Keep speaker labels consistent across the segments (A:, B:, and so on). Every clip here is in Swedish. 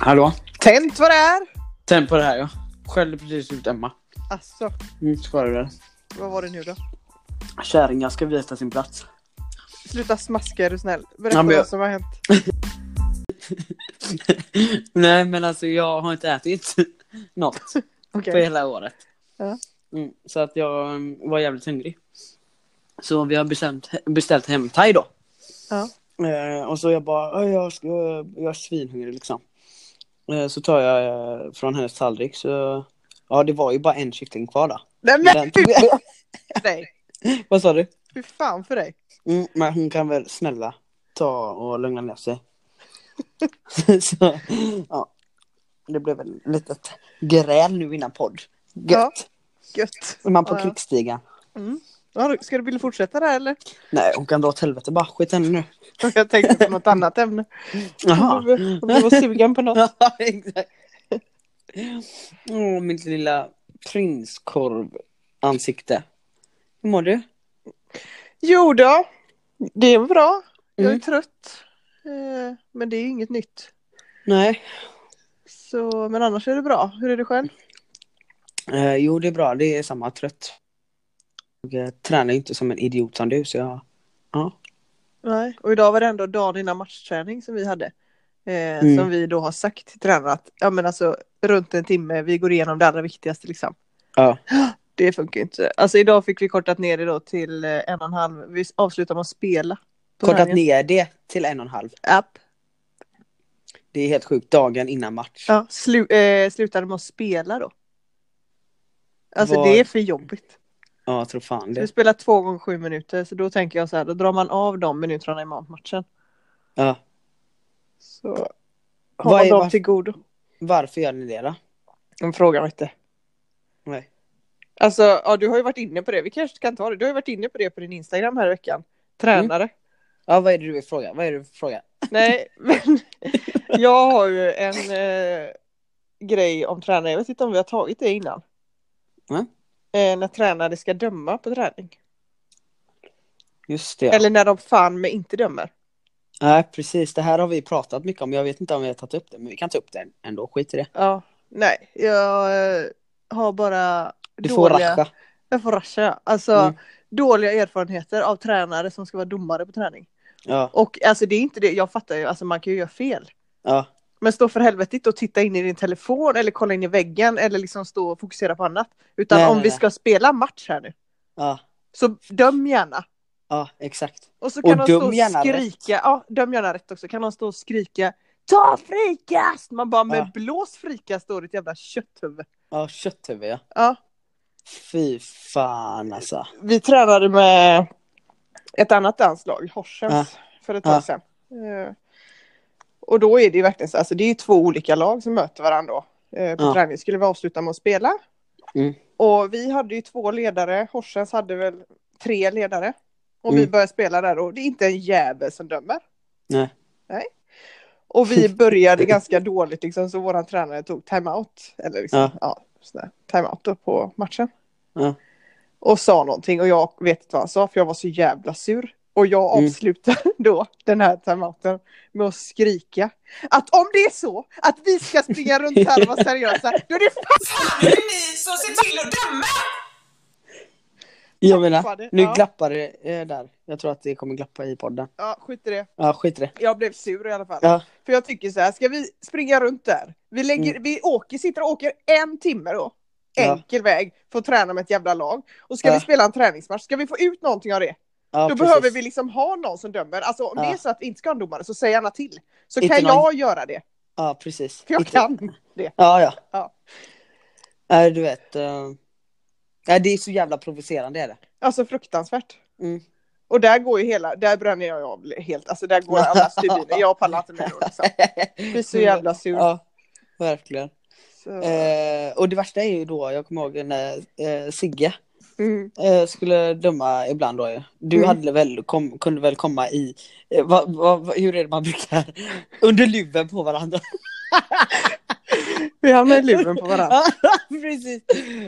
A: Hallå?
B: Tänt vad det är!
A: Tänd på det här ja. Skällde precis ut Emma.
B: Alltså,
A: Mm, skålar du där.
B: vad var det nu då?
A: Kärringar ska veta sin plats.
B: Sluta smaska är du snäll. Berätta
A: Ja, men jag-
B: vad som har hänt.
A: Nej men alltså jag har inte ätit något
B: Okej.
A: på hela året.
B: Ja.
A: Mm, så att jag mm, var jävligt hungrig. Så vi har bestämt, beställt hem thai då.
B: Ja.
A: Eh, och så jag bara, "Oj, jag, ska, jag är svinhungrig liksom. Eh, så tar jag eh, från hennes tallrik så, ja det var ju bara en kyckling kvar då.
B: Nej men
A: Den tog jag.
B: för dig!
A: Vad sa du?
B: Fy fan för dig!
A: Mm, men hon kan väl snälla ta och lugna ner sig. så, ja. Det blev väl lite gräl nu innan podd. Gött.
B: Gött!
A: Är Man på
B: Ja.
A: krigsstigen.
B: Mm. Ja, då- Ska du vilja fortsätta där eller?
A: Nej, hon kan dra åt helvete bara. Skit henne nu.
B: Jag tänkte på något annat ämne.
A: Jaha.
B: Om du- om du var sugen på något.
A: Ja, exakt. Åh, mitt lilla prinskorv-ansikte. Hur mår du?
B: Jo då, det är bra. Jag är
A: Mm.
B: trött. Eh, Men det är inget nytt.
A: Nej.
B: Så, men annars är det bra. Hur är det själv?
A: Eh, jo, det är bra. Det är samma trött. Jag eh, tränar ju inte som en idiot som du, så jag...
B: Nej, och idag var det ändå dagen innan matchträning som vi hade. Eh,
A: Mm.
B: Som vi då har sagt till tränaren att ja, men alltså, runt en timme, vi går igenom det allra viktigaste liksom.
A: Ja.
B: Det funkar ju inte. Alltså idag fick vi kortat ner det då till eh, en och en halv. Vi avslutar med att spela. på
A: Kortat
B: helgen.
A: ner det till en och en halv.
B: App.
A: Det är helt sjukt. Dagen innan match.
B: Ja, slu, eh, slutade med att spela då. Alltså
A: Var-
B: det är för jobbigt.
A: Ja, jag tror fan
B: Vi
A: det.
B: spelar två gånger sju minuter så då tänker jag så här, då drar man av de minuterna i matchen.
A: Ja.
B: Så har
A: Vad
B: man
A: är-
B: dem
A: varför-
B: till godo.
A: Varför gör ni det då?
B: De frågar mig inte.
A: Nej.
B: Alltså, ja, du har ju varit inne på det. Vi kanske kan ta det. Du har ju varit inne på det på din Instagram här i veckan. Tränare.
A: Mm. Ja, vad är det du vill fråga? Vad är det du vill fråga?
B: Nej, men jag har ju en eh, grej om tränare. Jag vet inte om vi har tagit det innan.
A: Nej.
B: Eh, när tränare ska döma på träning.
A: Just det.
B: Eller när de fan med inte dömer.
A: Nej, precis. Det här har vi pratat mycket om. Jag vet inte om vi har tagit upp det, men vi kan ta upp det ändå. Skit i det.
B: Ja, nej. Jag eh, har bara
A: Du får rascha.
B: Jag får rascha. Alltså
A: Mm.
B: dåliga erfarenheter av tränare som ska vara domare på träning.
A: Ja,
B: Och alltså det är inte det. Jag fattar ju. Alltså man kan ju göra fel.
A: ja.
B: Men stå för helvete inte och titta in i din telefon eller kolla in i väggen eller liksom stå och fokusera på annat. Utan
A: Nej,
B: om
A: nej,
B: vi
A: nej.
B: ska spela match här nu,
A: Ja,
B: så döm gärna.
A: ja exakt.
B: Och så kan
A: Och
B: de stå
A: döm
B: och
A: gärna
B: skrika, ja döm gärna rätt också, kan de stå och skrika Ta frikast! Man bara, men
A: Ja.
B: blås frikast då ditt jävla kötthuvud.
A: Ja, kötthuvud ja.
B: Ja.
A: Fy fan alltså.
B: Vi tränade med ett annat danslag, Horsens,
A: Ja.
B: för ett
A: Ja.
B: tag sedan. Eh, Och då är det ju verkligen så, alltså det är ju två olika lag som möter varandra då. Eh, På
A: Ja.
B: träning skulle vi avsluta med att spela.
A: Mm.
B: Och vi hade ju två ledare, Horsens hade väl tre ledare. Och vi
A: Mm.
B: började spela där och det är inte en jävel som dömer.
A: Nej.
B: Nej. Och vi började ganska dåligt liksom, så våran tränare tog timeout. Eller liksom, ja.
A: Ja.
B: sån där timeout då på matchen.
A: Ja.
B: Och sa någonting och jag vet inte vad han sa för jag var så jävla sur. Och jag
A: Mm.
B: avslutar då den här timeouten med att skrika att om det är så att vi ska springa runt här och vara seriösa, då är det
C: Fan, det är ni som ser till att döma!
A: Jag menar,
B: Glappade,
A: nu
B: ja.
A: glappar det eh, där. Jag tror att det kommer glappa i podden.
B: Ja, skit i det.
A: Ja, skit i det.
B: Jag blev sur i alla fall.
A: Ja.
B: För jag tycker så här, ska vi springa runt där? Vi, lägger, vi åker, sitter och åker en timme då.
A: Mm. Ja.
B: Enkel väg för att träna med ett jävla lag. Och ska
A: Ja.
B: vi spela en träningsmatch, ska vi få ut någonting av det?
A: Ja,
B: då
A: precis.
B: behöver vi liksom ha någon som dömer. Alltså om det
A: Ja.
B: är så att vi inte ska ha en domare så säg gärna till. Så
A: Inte
B: kan
A: någon-
B: jag göra det.
A: Ja, precis.
B: För jag
A: Inte-
B: kan.
A: Ja, ja.
B: Ja.
A: Nej, du vet. eh, Nej, det är så jävla provocerande är det.
B: Alltså fruktansvärt.
A: Mm.
B: Och där går ju hela, där bränner jag av helt. Alltså där går alla stubiner. Jag pallar inte med då liksom. Blir så jävla sur.
A: Ja, verkligen.
B: Så.
A: Eh, och det värsta är ju då, jag kommer ihåg när eh, Sigge
B: Mm.
A: eh, skulle döma ibland då ju. Du
B: Mm.
A: hade väl, kom, kunde väl komma i, eh, va, va, va, hur är det man brukar, under luven på varandra.
B: Vi hamnar i luven på varandra.
A: Precis.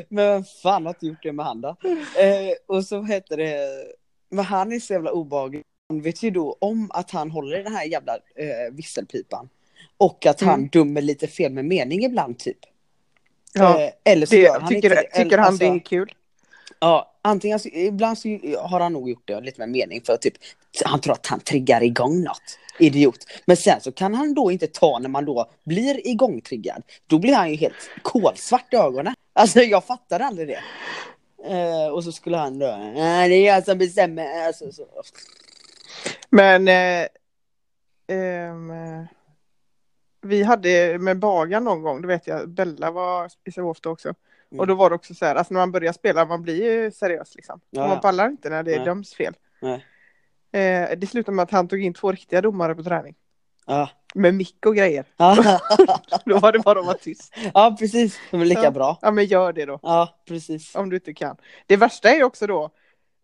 A: Men vem fan har inte gjort det med han då? Eh, och så hette det, men han är så jävla obehaglig. Han vet ju då om att han håller i den här jävla eh, visselpipan. Och att han
B: Mm.
A: dömer lite fel med mening ibland typ.
B: Ja,
A: Eh, Eller så gör
B: det,
A: han
B: tycker
A: inte
B: det,
A: Eller-
B: tycker han
A: alltså,
B: det är kul?
A: Ja, antingen så, ibland så har han nog gjort det lite med mening för typ han tror att han triggar igång något. Idiot. Men sen så kan han då inte ta när man då blir igångtriggad. Då blir han ju helt kolsvart i ögonen. Alltså jag fattar aldrig det. Eh, och så skulle han då, nej det är jag som bestämmer. Alltså, så.
B: Men eh, ehm, eh, vi hade med Bagan någon gång, det vet jag, Bella var i Sävehof då också.
A: Mm.
B: Och då var det också så här, alltså när man börjar spela, man blir ju seriös liksom.
A: Ja,
B: Och
A: ja.
B: man pallar inte när det
A: Nej.
B: döms fel.
A: Nej.
B: Eh, det slutade med att han tog in två riktiga domare på träning.
A: Ja.
B: Med mick och grejer.
A: Ja,
B: Då var det bara att vara tyst.
A: ja precis, de är lika
B: Ja.
A: bra.
B: Ja men gör det då,
A: Ja precis.
B: om du inte kan. Det värsta är ju också då,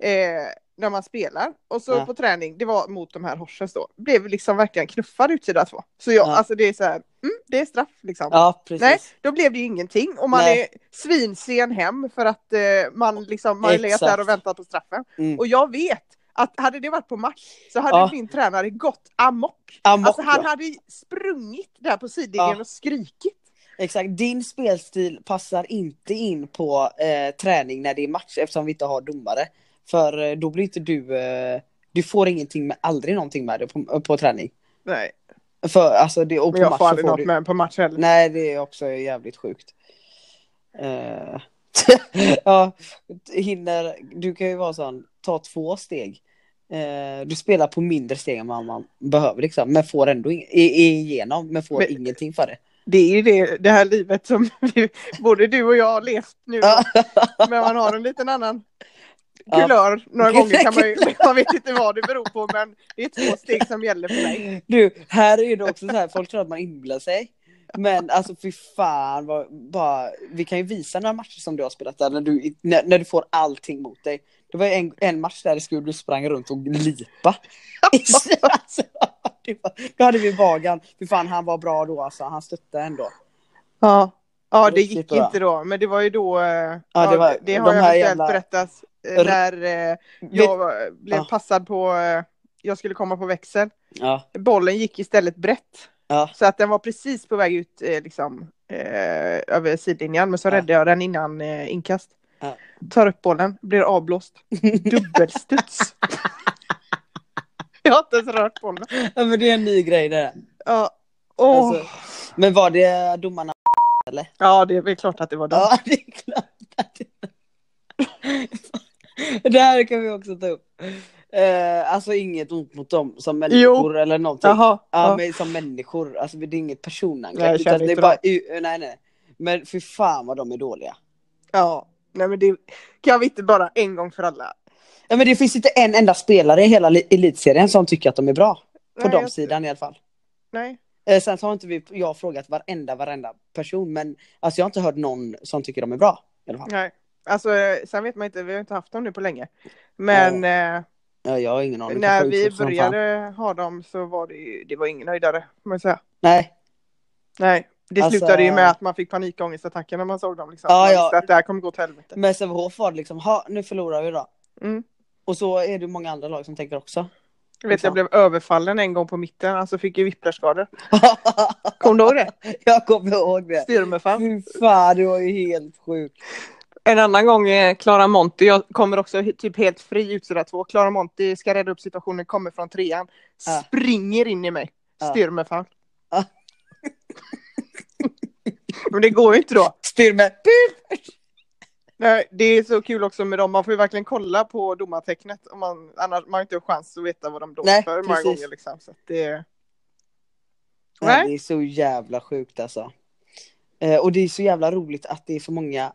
B: eh, när man spelar och så
A: Ja.
B: på träning, det var mot de här Horsens då, blev liksom verkligen knuffad utsida två. Så jag,
A: Ja.
B: alltså det är så här, mm, det är straff liksom.
A: Ja precis.
B: Nej, då blev det ju ingenting och man
A: Nej.
B: är svinsen hem för att eh, man liksom, man har legat
A: Exakt.
B: där och väntat på straffen.
A: Mm.
B: Och jag vet att hade det varit på match så hade
A: Ja.
B: min tränare gått amok.
A: Amok,
B: alltså han
A: ja.
B: hade sprungit där på sidlinjen
A: Ja.
B: och skrikit.
A: Exakt, din spelstil passar inte in på eh, träning när det är match eftersom vi inte har domare. För eh, då blir inte du, eh, du får ingenting med, aldrig någonting med det på, på träning.
B: Nej,
A: För alltså det, och på
B: men jag
A: match
B: får
A: så
B: aldrig
A: får
B: något
A: du-
B: med på match heller.
A: Nej det är också jävligt sjukt. Eh, ja, hinner, du kan ju vara sån, ta två steg. Eh, du spelar på mindre steg än vad man behöver liksom, men får ändå ing- i- igenom, men får
B: Men-
A: ingenting för det.
B: Det är ju det, det här livet som vi, både du och jag har levt nu. Men man har en liten annan
A: Ja.
B: kulör några gånger. Kan man, ju, man vet inte vad det beror på men det är två steg som gäller för mig.
A: Du, här är det också så här, folk tror att man inbillar sig. Men alltså fy fan, vad, bara, vi kan ju visa några matcher som du har spelat där när du, när, när du får allting mot dig. Det var ju en, en match där det skulle du sprang runt och lipa. alltså, det var, då hade vi Vagan, fy fan han var bra då alltså, han stöttade ändå.
B: Ja, ja det
A: Riktigt
B: gick
A: bra.
B: inte då, men det var ju då, eh, ja,
A: det
B: det,
A: var-
B: har
A: de
B: jag
A: här
B: eventuellt
A: jävla-
B: berättat, eh,
A: R-
B: när eh, jag var- blev
A: Ja.
B: passad på, eh, jag skulle komma på växel.
A: Ja,
B: Bollen gick istället brett,
A: ja,
B: så att den var precis på väg ut eh, liksom, eh, över sidlinjen, men så
A: Ja.
B: räddade jag den innan eh, inkast.
A: Ja.
B: Tar upp bollen, blir avblåst. Dubbelstuds. jag har inte ens rört bollen.
A: ja men det är en ny grej det där.
B: Ja, Åh.
A: Alltså, men var det domarna
B: ja det är väl klart att det var dumt.
A: Ja, det är klart att det Det här kan vi också ta upp. Eh, alltså inget ont mot dem som människor eller någonting.
B: Jaha.
A: Ja,
B: ja.
A: men som människor, alltså det är inget
B: Nej,
A: personangrepp.
B: jag
A: utan
B: känner
A: det är
B: inte
A: bara, u- nej, nej. Men för fan vad de är dåliga.
B: Ja, nej men det kan vi inte bara en gång för alla.
A: Ja, men det finns inte en enda spelare i hela li- elitserien som tycker att de är bra. På
B: nej,
A: de
B: jag-
A: sidan i alla fall.
B: Nej.
A: Eh, sen så har inte vi, jag har frågat varenda, varenda person men alltså jag har inte hört någon som tycker de är bra. I alla fall.
B: nej. Alltså, eh, sen vet man inte, vi har inte haft dem nu på länge. Men eh,
A: Ja, jag har ingen aning.
B: när
A: Kanske
B: vi
A: uttrycks som fan.
B: började ha dem så var det ju, det var ingen höjdare, får man säga.
A: Nej,
B: Nej, det
A: Alltså-
B: slutade ju med att man fick panikångestattacker när man såg dem. Liksom.
A: Ja, ja.
B: man
A: Mm.
B: visste att det här kommer gå åt helvete.
A: Med Sävehof var det liksom, ha nu förlorar vi då.
B: Mm.
A: Och så är det många andra lag som tänker också.
B: Jag vet,
A: Fan.
B: jag blev överfallen en gång på mitten, alltså fick ju whiplashskador. Kommer du ihåg det?
A: jag kommer ihåg det.
B: Styrmefall.
A: Fy fan, du var ju helt sjuk.
B: En annan gång, eh, Clara Monti, jag kommer också he- typ helt fri ut sådär två. Clara Monti ska rädda upp situationen, kommer från trean,
A: Ja.
B: springer in i mig,
A: Ja.
B: styr mig fan.
A: Ja.
B: Men det går ju inte då.
A: Styrme.
B: Nej, det är så kul också med dem, man får ju verkligen kolla på domartecknet, om man, annars man har inte en chans att veta vad de dömer
A: Nej,
B: för många
A: precis.
B: gånger. Liksom, så att det...
A: Nej,
B: Nej.
A: det är så jävla sjukt alltså. Eh, och det är så jävla roligt att det är så många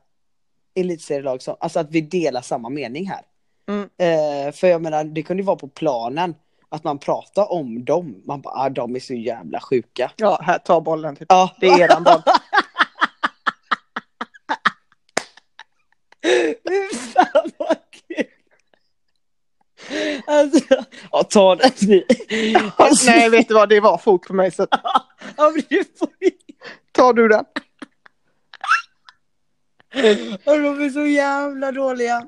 A: elitserielag som, alltså att vi delar samma mening här.
B: Mm.
A: Eh, för jag menar, det kunde ju vara på planen att man pratar om dem. Man bara, ah, de är så jävla sjuka.
B: Ja, här, ta bollen. Typ.
A: Ja,
B: Det är eran boll.
A: Fy fan vad kul! Alltså, ja ta den ni. Alltså,
B: Nej, vet du vad, det var fort för mig, så
A: ja, men det får vi-
B: tar du den.
A: ja, De är så jävla dåliga.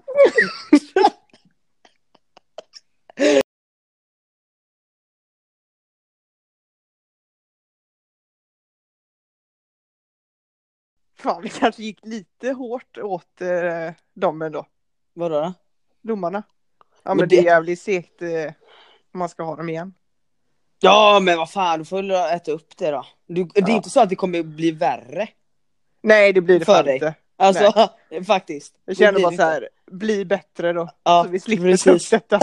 B: Fan, vi kanske gick lite hårt åt eh, dem ändå.
A: Vadå då?
B: Domarna. Ja,
A: Men
B: men, det...
A: det-
B: är jävligt segt eh, om man ska ha dem igen.
A: Ja men vad fan, du får väl äta upp det då. Du, Det är
B: Ja.
A: inte så att det kommer bli värre.
B: Nej, det blir det
A: För
B: fan
A: dig.
B: inte.
A: Alltså faktiskt. Det
B: Jag känner
A: blir
B: bara
A: inte.
B: så här, bli bättre då.
A: Ja,
B: så vi slipper ta upp
A: precis.
B: detta.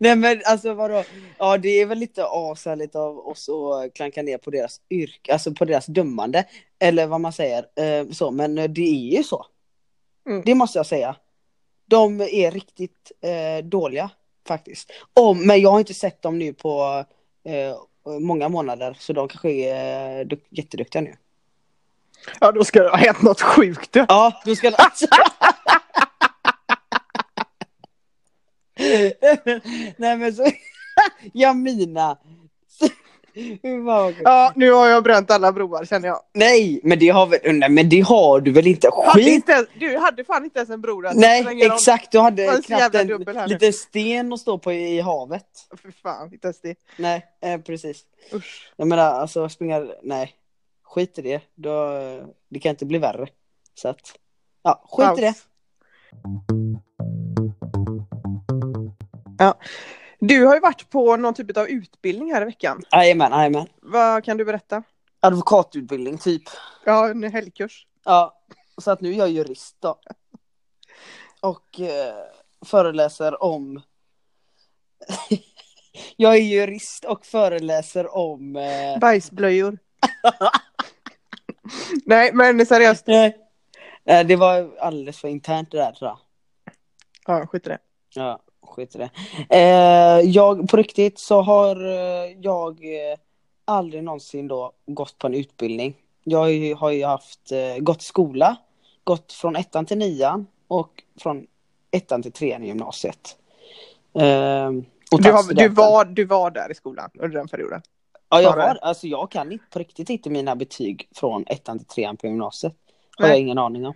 A: Nej men alltså vadå? Ja det är väl lite asärligt av oss att klanka ner på deras yrke, alltså på deras dömande. Eller vad man säger. Eh, så, men eh, det är ju så.
B: Mm.
A: Det måste jag säga. De är riktigt eh, dåliga faktiskt. Om, men jag har inte sett dem nu på eh, många månader så de kanske är eh, duk- jätteduktiga nu.
B: Ja, då ska det ha hänt något sjukt. då.
A: Ja, då ska alltså... Nej men så... Jamina. Hur var det?
B: Ja, nu har jag bränt alla broar känner jag.
A: Nej, men det har väl... Nej, men det har du väl inte?
B: Hade
A: Skit!
B: inte, ens- du hade fan inte ens en bror. där. Det
A: Nej,
B: spelar ingen
A: exakt. Du
B: Det var
A: hade
B: så
A: knappt
B: jävla
A: en
B: dubbel här nu.
A: liten sten att stå på i havet.
B: roll. Fy fan, inte ens det.
A: Nej, eh, precis.
B: Usch.
A: Jag menar, alltså springa... Nej. Skit i det. Då, det kan inte bli värre. Så att... Ja, skit i det.
B: Paus. Ja. Du har ju varit på någon typ av utbildning här i veckan.
A: Jajamän, jajamän.
B: Vad kan du berätta?
A: Advokatutbildning, typ.
B: Ja, en helgkurs.
A: Ja, så att nu är jag jurist då. Och eh, föreläser om... jag är jurist och föreläser om... Eh...
B: Bajsblöjor. Nej, men seriöst.
A: Nej. Eh, Det var alldeles för internt det där tror jag.
B: Ja, skit i det.
A: Ja, skit i det. Eh, jag, på riktigt så har eh, jag eh, aldrig någonsin då gått på en utbildning. Jag är- har ju haft, eh, gått i skola, gått från ettan till nian och från ettan till trean i gymnasiet. Eh, och
B: Du,
A: tagit
B: har, du,
A: studenten.
B: var, du var där i skolan under den perioden.
A: Ja, jag
B: var det?
A: var. Alltså jag kan inte, på riktigt inte mina betyg från ettan till trean på gymnasiet. Har
B: Nej.
A: jag ingen aning om.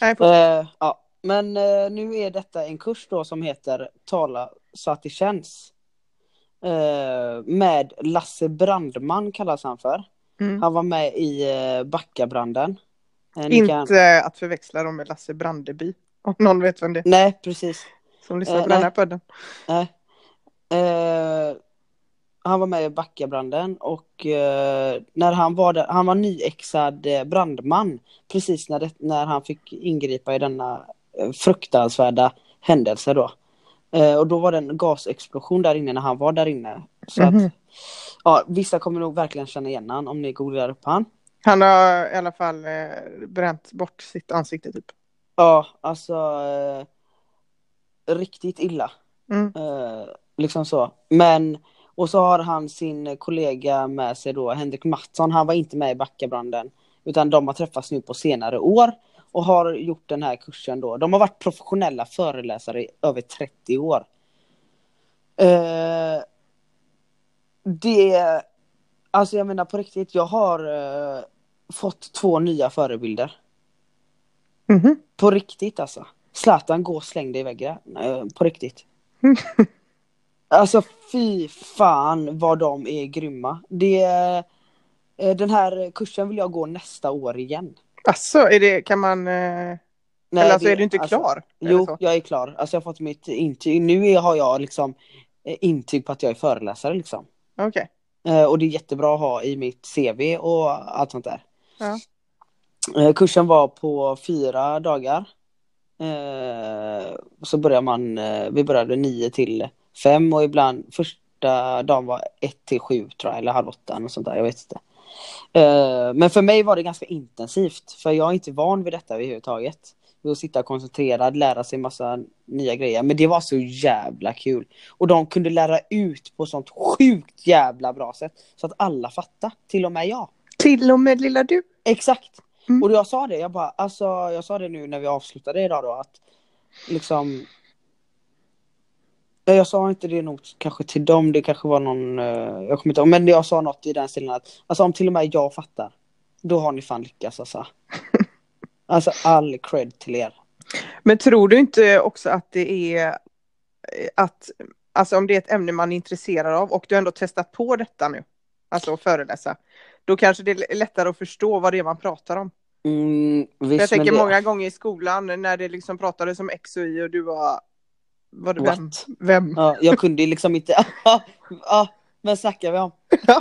B: Nej, på...
A: Eh, ja. Men eh, nu är detta en kurs då som heter Tala så att det känns. Eh, med Lasse Brandman kallas han för.
B: mm.
A: Han var med i eh, Backabranden. Eh, ni kan-
B: Inte att förväxla dem med Lasse Brandeby. Om någon vet vem det är
A: Nej, precis.
B: som lyssnar
A: Eh,
B: på den
A: nej.
B: här podden.
A: Nej. Eh, han var med i Backabranden och eh, när han var där, han var nyexad eh, brandman precis när, det, när han fick ingripa i denna eh, fruktansvärda händelse då. Eh, och då var det en gasexplosion där inne när han var där inne. Så
B: Mhm.
A: att, ja, vissa kommer nog verkligen känna igen han om ni googlar upp han.
B: Han har i alla fall eh, bränt bort sitt ansikte typ.
A: Ja, alltså eh, riktigt illa.
B: Mm.
A: Eh, liksom så. Men, och så har han sin kollega med sig då, Henrik Mattsson. Han var inte med i Backabranden. Utan de har träffats nu på senare år och har gjort den här kursen då. De har varit professionella föreläsare i över 30 år. Eh, det, alltså jag menar på riktigt, jag har eh, fått två nya förebilder.
B: Mhm.
A: På riktigt alltså. Zlatan, gå och släng dig i väggen. Eh, På riktigt. alltså fy fan vad de är grymma. Det, eh, den här kursen vill jag gå nästa år igen.
B: Alltså, är det, kan man... Eh...
A: Nej,
B: eller alltså, är du inte
A: alltså,
B: klar? Eller
A: Jo,
B: så?
A: jag är klar. Alltså jag har fått mitt intyg. Nu är- har jag liksom eh, intyg på att jag är föreläsare liksom.
B: Okej.
A: Eh, Och det är jättebra att ha i mitt CV och allt sånt där.
B: Ja.
A: Eh, Kursen var på fyra dagar. Eh, Så börjar man, eh, vi började nio till fem och ibland första dagen var ett till sju tror jag, eller halv åtta och sånt där, jag vet inte. Eh, Men för mig var det ganska intensivt, för jag är inte van vid detta överhuvudtaget. Vid att sitta koncentrerad, lära sig massa nya grejer. Men det var så jävla kul. Och de kunde lära ut på sånt sjukt jävla bra sätt. Så att alla fattade, till och med jag.
B: Till och med lilla du.
A: Exakt.
B: Mm.
A: Och jag sa det, jag bara, alltså jag sa det nu när vi avslutade idag då att liksom Nej, jag sa inte det nog kanske till dem, det kanske var någon, eh, jag kommer inte ihåg, men jag sa något i den stilen att alltså om till och med jag fattar, då har ni fan lyckats alltså. Alltså all cred till er.
B: Men tror du inte också att det är eh, att, alltså om det är ett ämne man är intresserad av och du har ändå testat på detta nu, alltså att föreläsa, Då kanske det är lättare att förstå vad det är man pratar om.
A: Mm, visst,
B: jag
A: men
B: tänker
A: det-
B: många gånger i skolan när det liksom pratades om X och Y och du var... Vad,
A: What?
B: vem? Vem?
A: Ja, jag kunde ju liksom inte... ja, men snackar vi om?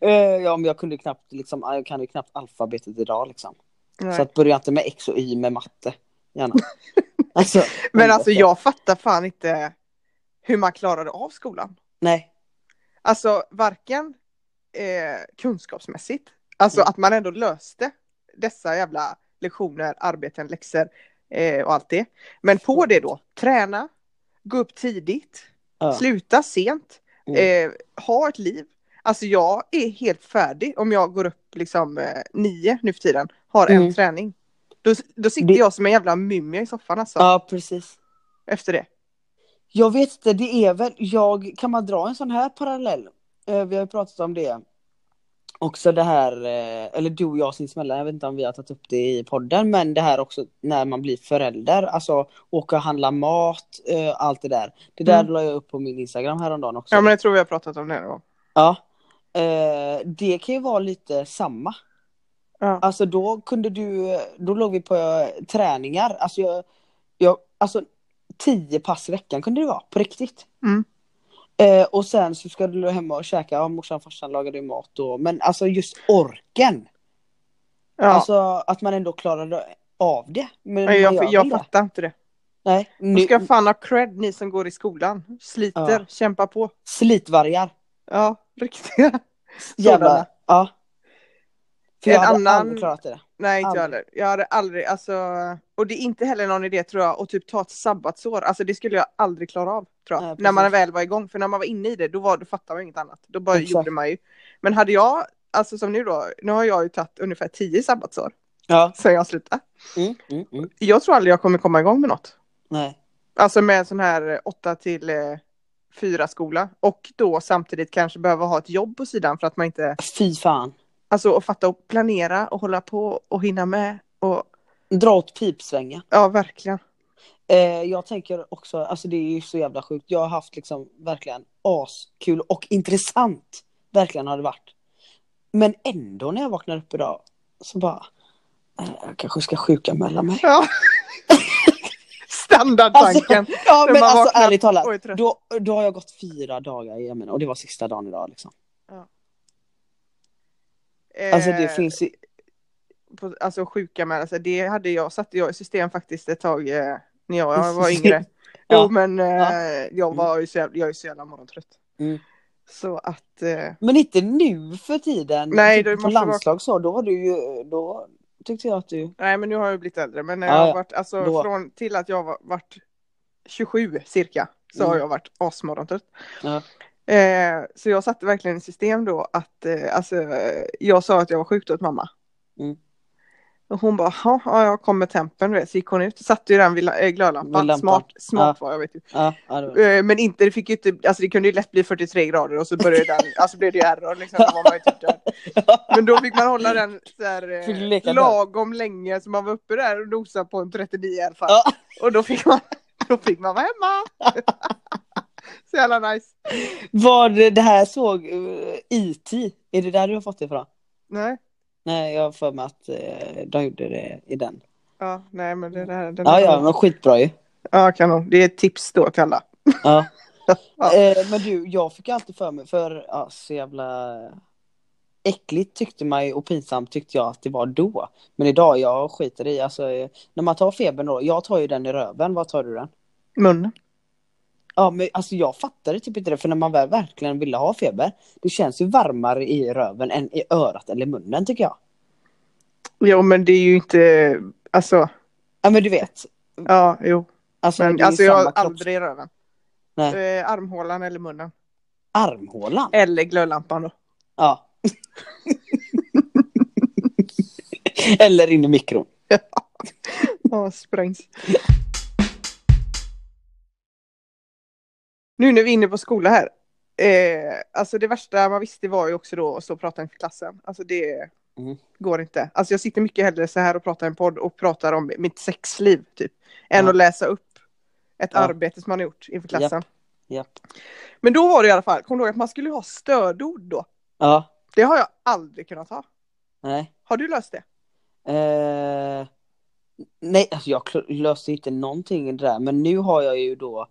A: Eh, ja, men jag kunde ju knappt, liksom, jag kan ju knappt alfabetet idag liksom.
B: Nej.
A: Så att börja inte med X och Y med matte. Gärna. Alltså,
B: Men alltså
A: helvete.
B: jag fattar fan inte hur man klarade av skolan.
A: Nej.
B: Alltså varken eh, kunskapsmässigt, alltså
A: Mm.
B: att man ändå löste dessa jävla lektioner, arbeten, läxor eh, och allt det. Men på det då, träna, gå upp tidigt,
A: Ja. Mm.
B: sluta sent, eh, ha ett liv. Alltså jag är helt färdig om jag går upp liksom eh, nio nu för tiden, har en
A: Mm.
B: träning. Då, då sitter
A: Det-
B: jag som en jävla mumie i soffan alltså,
A: ja, precis.
B: efter det.
A: Jag vet inte, det är väl, jag, kan man dra en sån här parallell? Eh, Vi har ju pratat om det. Också det här, eh, eller du och jag sinsemellan, jag vet inte om vi har tagit upp det i podden, men det här också när man blir förälder, alltså åka och handla mat, eh, allt det där. Det där
B: Mm.
A: la jag upp på min Instagram häromdagen också.
B: Ja men jag tror vi har pratat om det någon gång.
A: Ja. Eh, det kan ju vara lite samma.
B: Ja.
A: Alltså då kunde du, då låg vi på eh, träningar. Alltså, jag, jag, alltså tio pass i veckan kunde det vara, på riktigt.
B: Mm.
A: Eh, och sen så ska du hem och käka, ja morsan och farsan lagade ju mat och, men alltså just orken.
B: Ja.
A: Alltså att man ändå klarade av det. Men
B: Nej,
A: man
B: jag,
A: gör
B: jag
A: väl det.
B: fattar inte det.
A: Nej,
B: Nu
A: nu,
B: ska fan ha cred ni som går i skolan. Sliter,
A: Ja.
B: kämpar på.
A: slitvargar.
B: Ja, riktiga.
A: Jävla, ja. För jag
B: En
A: hade
B: annan-
A: aldrig klarat det.
B: Nej, inte jag
A: Aldrig.
B: heller. Jag hade aldrig, alltså. Och det är inte heller någon idé tror jag att typ ta ett sabbatsår. Alltså det skulle jag aldrig klara av tror jag.
A: Nej,
B: när man
A: precis.
B: väl var igång. För när man var inne i det då, var, då fattade man inget annat. Då bara
A: Exakt.
B: gjorde man ju. Men hade jag, alltså som nu då. Nu har jag ju tagit ungefär tio sabbatsår
A: Ja.
B: sen jag slutade.
A: Mm, mm, mm.
B: Jag tror aldrig jag kommer komma igång med något.
A: Nej.
B: Alltså med en sån här eh, åtta till eh, fyra skola och då samtidigt kanske behöva ha ett jobb på sidan för att man inte,
A: Fy fan.
B: alltså och fatta och planera och hålla på och hinna med och
A: Dra åt pipsvängen.
B: ja verkligen.
A: Eh, jag tänker också, alltså det är ju så jävla sjukt. Jag har haft liksom verkligen askul och intressant. Verkligen har det varit. Men ändå när jag vaknar upp idag så bara, eh, jag kanske ska sjukanmäla mig.
B: Ja. Standardtanken.
A: ja
B: när
A: men
B: man
A: alltså
B: vaknar
A: ärligt talat,
B: och är trött.
A: då, då har jag gått fyra dagar i ämnen och det var sista dagen idag liksom. Alltså det
B: Eh,
A: finns ju,
B: på, alltså sjuka med, alltså, det hade jag, satte jag i system faktiskt ett tag eh, när jag var yngre. Jo
A: Mm. Ja.
B: men eh,
A: Ja.
B: jag var ju så jävla, jag är så jävla morgontrött.
A: Mm.
B: Så att eh,
A: men inte nu för tiden.
B: Nej, det
A: typ på
B: måste vara-
A: landslag så, då var du ju, då tyckte jag att du,
B: Nej men nu har jag blivit äldre men när
A: Ja,
B: jag har
A: ja.
B: varit, alltså
A: Då.
B: från till att jag var, varit 27 cirka så har
A: Mm.
B: jag varit asmorgontrött.
A: Ja.
B: Eh, så jag satte verkligen i system då att eh, alltså, eh, jag sa att jag var sjuk åt mamma.
A: Mm.
B: Och hon bara, "Ja, ja jag kom med tempen du vet. Så gick hon ut, satte ju den vid la- eh, glödlampan.
A: Vid lampan.
B: smart, smart var jag vet ju.
A: ja, ja det var...
B: Eh, men inte, det fick ju inte, alltså det kunde ju lätt bli 43 grader och så började den, alltså blev det ju error liksom. Då var man ju typ död. Men då fick man hålla den så här, eh,
A: Fick leka
B: lagom länge så man var uppe där och nosade på en 39 i alla fall.
A: Ja.
B: Och då fick, man, då fick man vara hemma. så jävla nice.
A: Vad det här såg, eh, IT, är det där du har fått det ifrån?
B: Nej,
A: Nej, jag har för mig att eh, de gjorde det i den.
B: ja, nej men det där. Den
A: Ja, ja, men skitbra ju.
B: ja, kanon. Det är ett tips då till alla.
A: Ja.
B: Ja.
A: Eh, men du, jag fick alltid för mig, för ja, så jävla äckligt tyckte man ju och pinsamt tyckte jag att det var då. Men idag, jag skiter i, alltså eh, när man tar febern då, jag tar ju den i röven, vad tar du den?
B: Munnen.
A: Ja, men alltså jag fattade typ inte det, för när man väl verkligen ville ha feber, det känns ju varmare i röven än i örat eller munnen tycker jag.
B: Jo men det är ju inte, alltså,
A: Ja, men du vet.
B: ja jo.
A: Alltså,
B: Men
A: det är
B: alltså
A: ju
B: jag
A: samma
B: har
A: kropps...
B: aldrig röven.
A: Nej.
B: Eh, armhålan eller munnen.
A: Armhålan?
B: Eller glödlampan då.
A: Ja. Eller in i mikron.
B: Ja, sprängs. Nu när vi är inne på skola här. Eh, alltså det värsta man visste var ju också då att stå och prata inför klassen. Alltså det
A: Mm.
B: går inte. Alltså jag sitter mycket hellre så här och pratar i en podd och pratar om mitt sexliv typ. Än
A: Ja.
B: att läsa upp ett
A: Ja.
B: arbete som man har gjort inför klassen.
A: Japp.
B: Men då var det i alla fall, kom du ihåg att man skulle ha stödord då?
A: Ja,
B: Det har jag aldrig kunnat ha.
A: nej.
B: Har du löst det?
A: Eh, nej, alltså jag kl- löste inte någonting där, men nu har jag ju då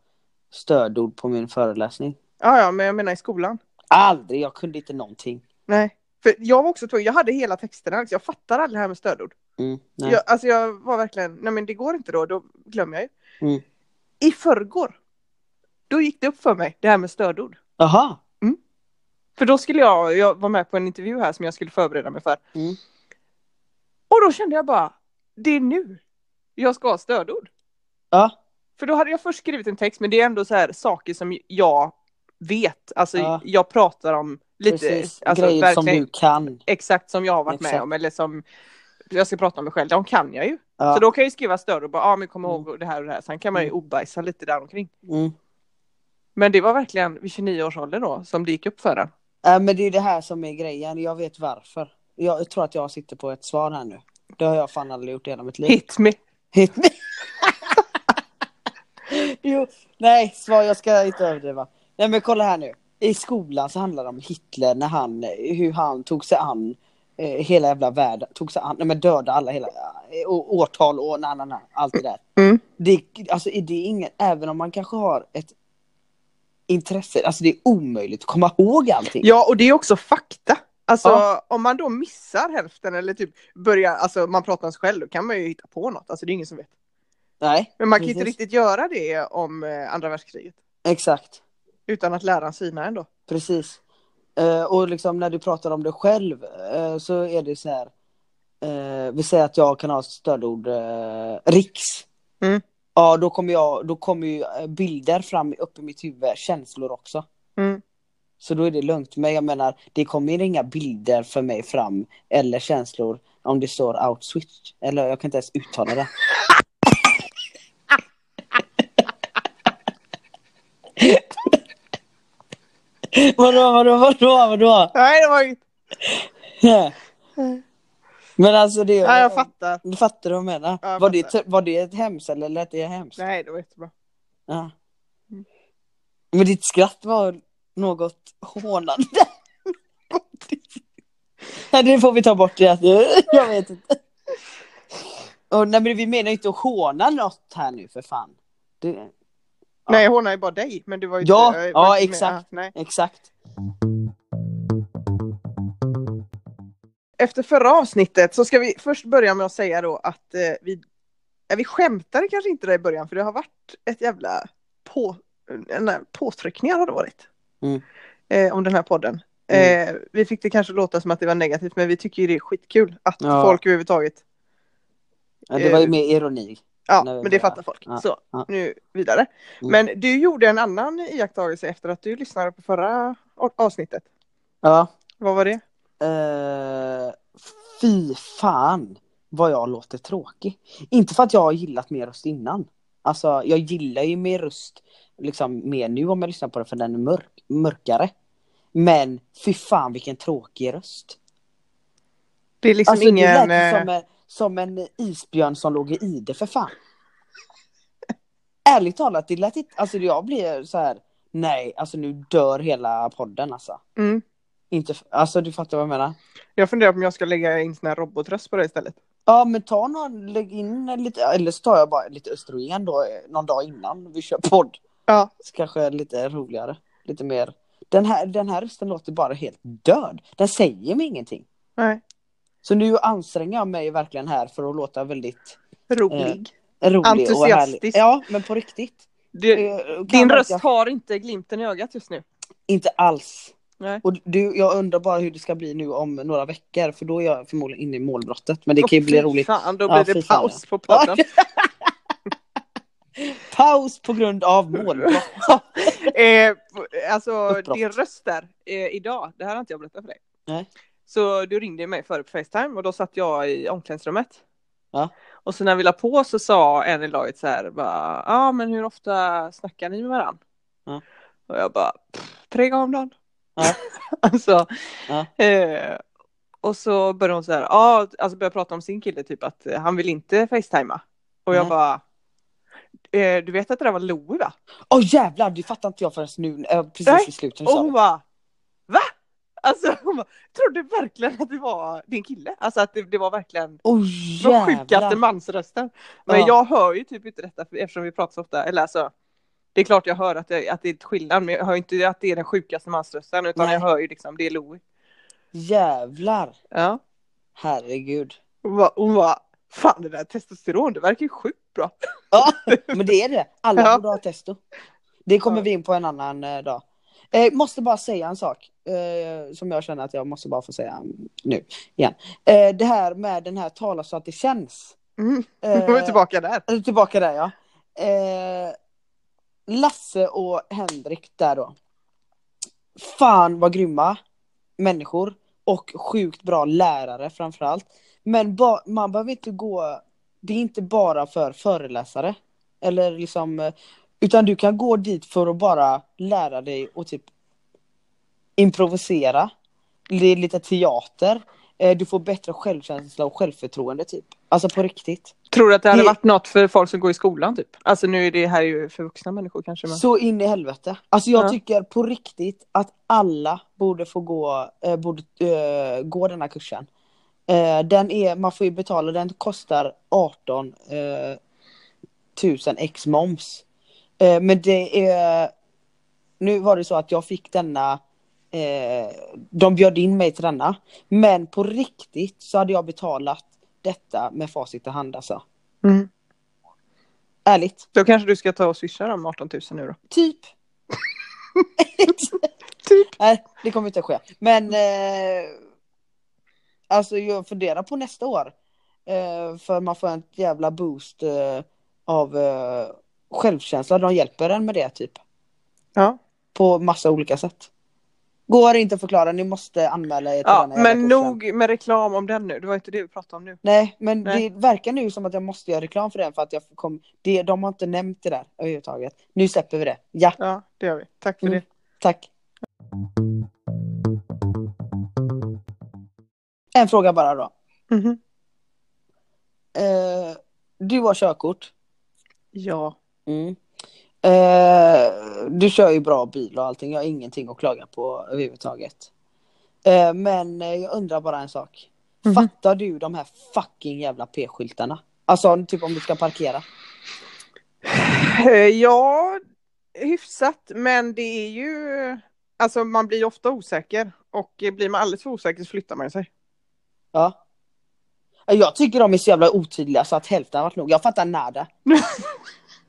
A: stödord på min föreläsning.
B: Ja, ja, men jag menar i skolan.
A: Aldrig, jag kunde inte någonting.
B: Nej. För jag var också tvungen, jag hade hela texterna, liksom. jag fattade aldrig det här med stödord.
A: Mm, nej.
B: Jag, alltså jag var verkligen, nej men det går inte då, då glömmer jag ju.
A: Mm.
B: I förrgår, då gick det upp för mig, det här med stödord.
A: Aha.
B: För då skulle jag, jag var med på en intervju här som jag skulle förbereda mig för.
A: Mm.
B: Och då kände jag bara, det är nu jag ska ha stödord.
A: Ja,
B: För då hade jag först skrivit en text, men det är ändå så här saker som jag vet. Alltså
A: Ja.
B: jag pratar om lite,
A: precis.
B: alltså
A: Grejer som
B: verkligen
A: du kan.
B: exakt som jag har varit med
A: Exakt.
B: om eller som jag ska prata om mig själv, de kan jag ju.
A: Ja.
B: Så då kan jag ju skriva större och bara, ja ah, men kom
A: Mm.
B: ihåg det här och det här. Sen kan man ju
A: Mm.
B: obajsa lite där omkring.
A: Mm.
B: Men det var verkligen vid 29 års ålder då som det gick upp för en.
A: Ja, Äh, men det är det här som är grejen, jag vet varför. Jag tror att jag sitter på ett svar här nu. Det har jag fan aldrig gjort i hela mitt liv.
B: Hit me!
A: Hit me! jo, nej, svar, jag ska inte överdriva. Nej men kolla här nu. I skolan så handlar det om Hitler, när han, hur han tog sig an eh, hela jävla världen, tog sig an, nej men döda alla hela, eh, och, årtal och na, na, na, allt det där.
B: Mm.
A: Det, alltså är det är ingen, även om man kanske har ett intresse, alltså det är omöjligt att komma ihåg allting.
B: Ja och det är också fakta. Alltså
A: Ja.
B: om man då missar hälften eller typ börjar, alltså man pratar om sig själv, då kan man ju hitta på något. Alltså det är ingen som vet.
A: Nej,
B: Men man kan ju inte
A: Precis.
B: riktigt göra det om eh, andra världskriget.
A: exakt.
B: Utan att läraren synar ändå.
A: Precis. Eh, och liksom när du pratar om dig själv eh, så är det så här. Eh, vi säger att jag kan ha stödord eh, riks.
B: Mm.
A: Ja, då kommer, jag, då kommer ju eh, bilder fram upp i mitt huvud, känslor också.
B: Mm.
A: Så då är det lugnt. Men jag menar, det kommer ju inga bilder för mig fram eller känslor om det står outswitch. Eller jag kan inte ens uttala det. vadå, vadå, vadå, vadå?
B: Nej det var inget.
A: Men alltså det...
B: Nej jag fattar.
A: Du fattar vad jag menar?
B: Ja, jag
A: var, det,
B: fattar.
A: var det ett hemskt eller lät det hemskt?
B: Nej det var jättebra.
A: Ja.
B: Mm.
A: Men ditt skratt var något hånande. nej, det får vi ta bort. Det. Jag vet inte. Och, nej, men vi menar ju inte att håna något här nu för fan. Det, Ja.
B: Nej, hon är ju bara dig. Men du var ju
A: Ja,
B: inte, jag
A: ja,
B: var inte med.
A: exakt.
B: nej.
A: exakt.
B: Efter förra avsnittet så ska vi först börja med att säga då att eh, vi, ja, vi skämtade kanske inte där i början för det har varit ett jävla på, nej, påtryckningar har det varit.
A: Mm.
B: Eh, om den här podden.
A: Mm.
B: Eh, vi fick det kanske låta som att det var negativt men vi tycker ju det är skitkul att
A: Ja.
B: folk överhuvudtaget
A: Ja, det var ju mer ironi.
B: Ja,
A: Nej,
B: men
A: det-
B: det fattar folk.
A: ja,
B: så,
A: ja.
B: nu vidare.
A: Mm.
B: Men du gjorde en annan iakttagelse efter att du lyssnade på förra a- avsnittet.
A: Ja.
B: Vad var det?
A: Eh, fy fan vad jag låter tråkig. Inte för att jag har gillat mer röst innan. Alltså jag gillar ju mer röst liksom mer nu om jag lyssnar på det för den är mörk, mörkare. Men fy fan vilken tråkig röst.
B: Det är liksom
A: Alltså
B: ingen...
A: det lät
B: eh,
A: som en, som en isbjörn som låg i ide för fan. Ärligt talat, det lät inte, alltså jag blir så här. nej alltså nu dör hela podden alltså.
B: mm.
A: Inte, f- alltså du fattar vad jag menar.
B: Jag funderar på om jag ska lägga in sån här robotröst på det istället.
A: Ja men ta någon, lägg in lite, eller så tar jag bara lite östrogen då eh, någon dag innan vi kör podd.
B: Ja.
A: Så kanske är lite roligare, lite mer. Den här, den här rösten låter bara helt död. Den säger mig ingenting.
B: Nej.
A: Så nu anstränger jag mig verkligen här för att låta väldigt
B: Rolig.
A: Eh. rolig och härlig.
B: Entusiastisk.
A: Ja men på riktigt. Eh,
B: Du,
A: kan
B: din
A: verka-
B: röst har inte glimten i ögat just nu.
A: Inte alls.
B: Nej.
A: Och du, jag undrar bara hur det ska bli nu om några veckor för då är jag förmodligen inne i målbrottet. Men det kan ju
B: Åh,
A: bli
B: fy
A: roligt.
B: Fan, då
A: Ja,
B: blir
A: fy
B: det
A: fan,
B: paus på podden.
A: Paus på grund av målbrott.
B: eh, alltså
A: Uppbrott.
B: din röst där eh, idag, det här har inte jag berättat för dig.
A: Nej.
B: Så du ringde mig förut på Facetime och då satt jag i omklädningsrummet.
A: Ja.
B: Och så när vi la på så sa en i laget så här bara, ja ah, men hur ofta snackar ni med varandra?
A: Ja.
B: Och jag bara, "Pff, tre gånger om dagen.
A: Ja.
B: alltså,
A: Ja.
B: eh, och så började hon så här, ja, ah, alltså började prata om sin kille typ att eh, han vill inte facetima. Och jag
A: Nej.
B: bara, eh, du vet att det där var Louie va?
A: Åh jävlar, det fattar inte jag förrän nu, eh, precis
B: Nej.
A: i slutet.
B: Och hon bara Va? Alltså hon bara, trodde verkligen att det var din kille. Alltså att det, det var verkligen
A: Oh,
B: de sjukaste mansrösten. Men
A: Ja.
B: jag hör ju typ inte detta för- eftersom vi pratar så ofta. Eller alltså, det är klart jag hör att det, att det är ett skillnad men jag hör ju inte att det är den sjukaste mansrösten utan
A: Nej.
B: jag hör ju liksom det är Louis.
A: Jävlar.
B: Ja.
A: Herregud.
B: Hon bara, hon bara, fan det där testosteron det verkar ju sjukt bra.
A: Ja, men det är det. Alla
B: Ja.
A: borde ha testo. Det kommer
B: Ja.
A: vi in på en annan eh, dag. Eh, måste bara säga en sak eh, som jag känner att jag måste bara få säga nu igen. Eh, det här med den här tala så att det känns.
B: Mm.
A: Eh,
B: Nu är vi tillbaka där.
A: eller tillbaka där ja. Eh, Lasse och Henrik där då. Fan vad grymma människor och sjukt bra lärare framförallt. Men ba- man behöver inte gå, det är inte bara för föreläsare. Eller liksom, eh, utan du kan gå dit för att bara lära dig och typ improvisera. Det är lite teater. Eh, Du får bättre självkänsla och självförtroende typ. Alltså på riktigt.
B: Tror du att det hade
A: Det-
B: varit något för folk som går i skolan typ? Alltså nu är det här ju för vuxna människor kanske. Men...
A: Så in i helvete. Alltså jag
B: Ja.
A: tycker på riktigt att alla borde få gå, eh, borde, eh, gå den här kursen. Eh, den är, man får ju betala, den kostar 18 eh, 1000 ex moms. Eh, men det är, nu var det så att jag fick denna, eh, de bjöd in mig till denna. Men på riktigt så hade jag betalat detta med facit i hand alltså.
B: Mm.
A: Ärligt,
B: Då kanske du ska ta och swisha de 18 000 nu då.
A: typ.
B: Typ.
A: Nej, det kommer inte att ske. Men eh, alltså jag funderar på nästa år. Eh, för man får en jävla boost eh, av eh, självkänsla. De hjälper en med det typ.
B: Ja,
A: På massa olika sätt. Går inte att förklara, ni måste anmäla er till
B: ja
A: den här jävla
B: men
A: kursen.
B: nog med reklam om den nu. Det var inte det vi pratade om nu.
A: Nej, men
B: Nej.
A: det verkar nu som att jag måste göra reklam för den för att jag kom... Det, de har inte nämnt det där överhuvudtaget. Nu släpper vi det. Ja,
B: Ja, det gör vi. Tack för
A: Mm.
B: det.
A: tack. En fråga bara då.
B: Mhm.
A: Eh, du har körkort.
B: Ja.
A: Eh, du kör ju bra bil och allting. Jag har ingenting att klaga på överhuvudtaget. Eh, men eh, jag undrar bara en sak.
B: Mhm.
A: Fattar du de här fucking jävla p-skyltarna? Alltså typ om du ska parkera.
B: Eh, Ja, hyfsat. Men det är ju... Alltså man blir ju ofta osäker. Och eh, blir man alldeles för osäker så flyttar man ju sig.
A: Ja. Jag tycker de är så jävla otydliga så att hälften har varit nog. Jag fattar nada.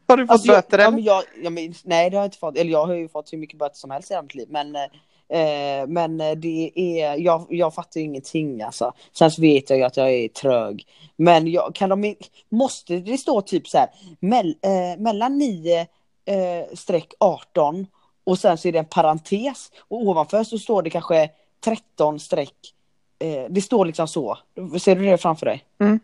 B: Har du fått
A: Alltså, jag,
B: böter
A: ja,
B: eller?
A: men jag, ja, men, nej det har jag inte fått. Eller jag har ju fått hur mycket böter som helst i hela mitt liv. Men, eh, men eh, det är, jag, jag fattar ju ingenting alltså. Sen så vet jag ju att jag är trög. Men jag, kan de, in- måste det stå typ så här mell, eh, mellan 9 eh, streck 18 och sen så är det en parentes och ovanför så står det kanske 13 streck. Eh, det står liksom så. Ser du det framför dig?
B: Mm.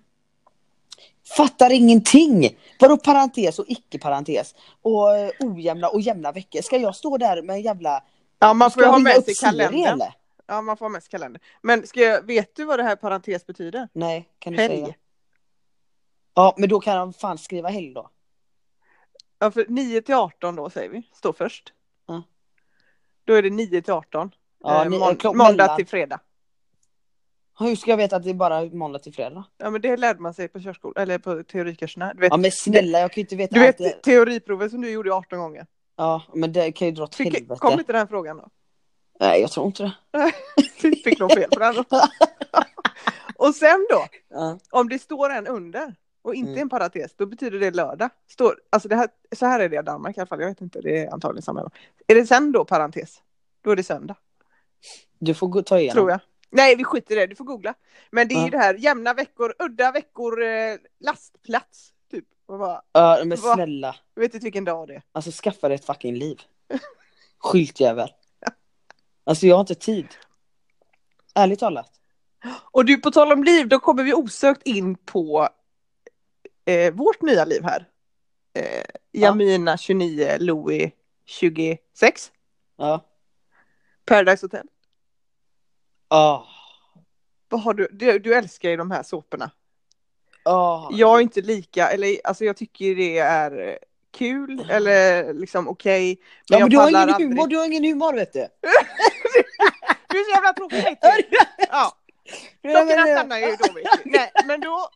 A: Fattar ingenting! Vadå parentes och icke-parentes? Och eh, ojämna och jämna veckor. Ska jag stå där med en jävla...
B: Ja, man
A: Ska
B: får ju
A: jag
B: ha
A: ringa
B: med
A: upp
B: sig
A: Siri,
B: kalendern.
A: eller?
B: Ja, man får ha med sig kalendern. Men ska jag, vet du vad det här parentes betyder?
A: Nej, kan du säga.
B: Helg.
A: Ja, men då kan de fan skriva helg då.
B: Ja, för 9 till 18 då säger vi, står först.
A: Ja.
B: Då är det 9 till 18.
A: Ja,
B: eh,
A: ni-
B: mån-
A: klock-
B: måndag
A: mellan.
B: till fredag.
A: Hur ska jag veta att det är bara måndag till fredag?
B: Ja, men det lärde man sig på körskola, eller på teorikurserna. Du vet,
A: Ja men snälla jag kan ju inte veta
B: du
A: allt.
B: vet
A: det.
B: teoriprovet som du gjorde 18 gånger.
A: Ja men det kan ju dra åt
B: Fick,
A: helvete.
B: kom inte den frågan då?
A: Nej jag tror inte det.
B: Fick fick nog fel på den. och sen då,
A: Ja.
B: om det står en under och inte
A: Mm.
B: en parentes, då betyder det lördag. Står, alltså det här, så här är det i Danmark i alla fall, jag vet inte, det är antagligen samma. Är det sen då parentes, då är det söndag.
A: Du får gå- ta igenom.
B: Tror jag. Nej, vi skiter i det. Du får googla. Men det är
A: Ja.
B: ju det här jämna veckor, udda veckor, eh, lastplats. Typ. Och bara,
A: Ja men
B: Va?
A: snälla.
B: jag vet inte vilken dag det är.
A: Alltså skaffa dig ett fucking liv. Skyltjävel. Alltså jag har inte tid. Ärligt talat.
B: Och du, på tal om liv, då kommer vi osökt in på eh, vårt nya liv här. Eh, Jamina 29, Louis 26,
A: Ja.
B: Paradise Hotel.
A: Ah.
B: Vad har du? Du, du älskar ju de här såporna.
A: Ah.
B: Jag är inte lika, eller alltså jag tycker det är eh, kul eller liksom okej.
A: ja men
B: jag
A: du har
B: pallar
A: ingen
B: aldrig-
A: humor, du har ingen humor vet du.
B: Du är så jävla tråkig. Ja, klockorna
A: eh,
B: stannar ju då. Vet du. Nej, men då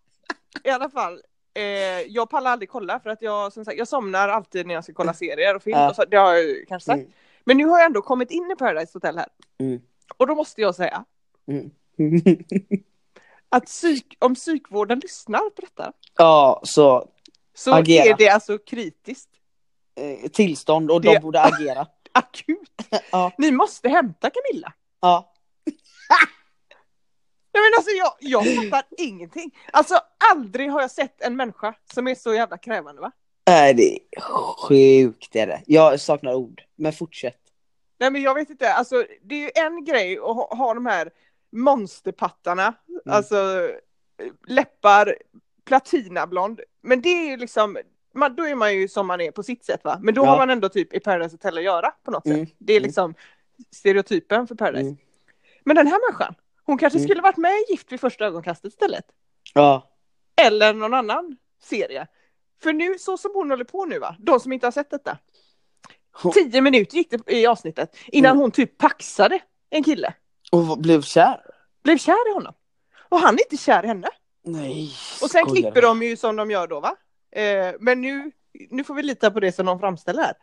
B: i alla fall. Eh, jag pallar aldrig kolla för att jag som sagt, jag somnar alltid när jag ska kolla serier och film.
A: Ja.
B: Och så, det har jag ju kanske sagt.
A: Mm.
B: Men nu har jag ändå kommit in i Paradise Hotel här.
A: Mm.
B: Och då måste jag säga att psyk, om psykvården lyssnar på detta
A: Ja, så
B: så
A: Agera.
B: är det alltså kritiskt.
A: eh, tillstånd och
B: Det-
A: de borde agera.
B: Akut.
A: Ja.
B: Ni måste hämta Camilla.
A: Ja.
B: Nej men alltså jag, jag fattar ingenting. Alltså aldrig har jag sett en människa som är så jävla krävande va?
A: Nej, det är sjukt det är det. Jag saknar ord. Men fortsätt.
B: Nej men jag vet inte, alltså det är ju en grej att ha, ha de här monsterpattarna,
A: Mm.
B: alltså eh, läppar, platinablond. Men det är ju liksom, man, då är man ju som man är på sitt sätt va? Men då
A: Ja.
B: har man ändå typ i Paradise Hotel att göra på något
A: Mm.
B: sätt. Det är
A: Mm.
B: liksom stereotypen för Paradise.
A: Mm.
B: Men den här människan, hon kanske
A: Mm.
B: skulle varit med i Gift vid första ögonkastet istället.
A: Ja.
B: Eller någon annan serie. För nu, så som hon håller på nu va, de som inte har sett detta.
A: Hon-
B: Tio minuter gick det i avsnittet innan
A: Mm.
B: hon typ paxade en kille.
A: Och blev kär?
B: Blev kär i honom. Och han är inte kär i henne.
A: Nej.
B: Och sen
A: skojar
B: klipper
A: du?
B: de ju som de gör då va. Eh, men nu, nu får vi lita på det som de framställer här.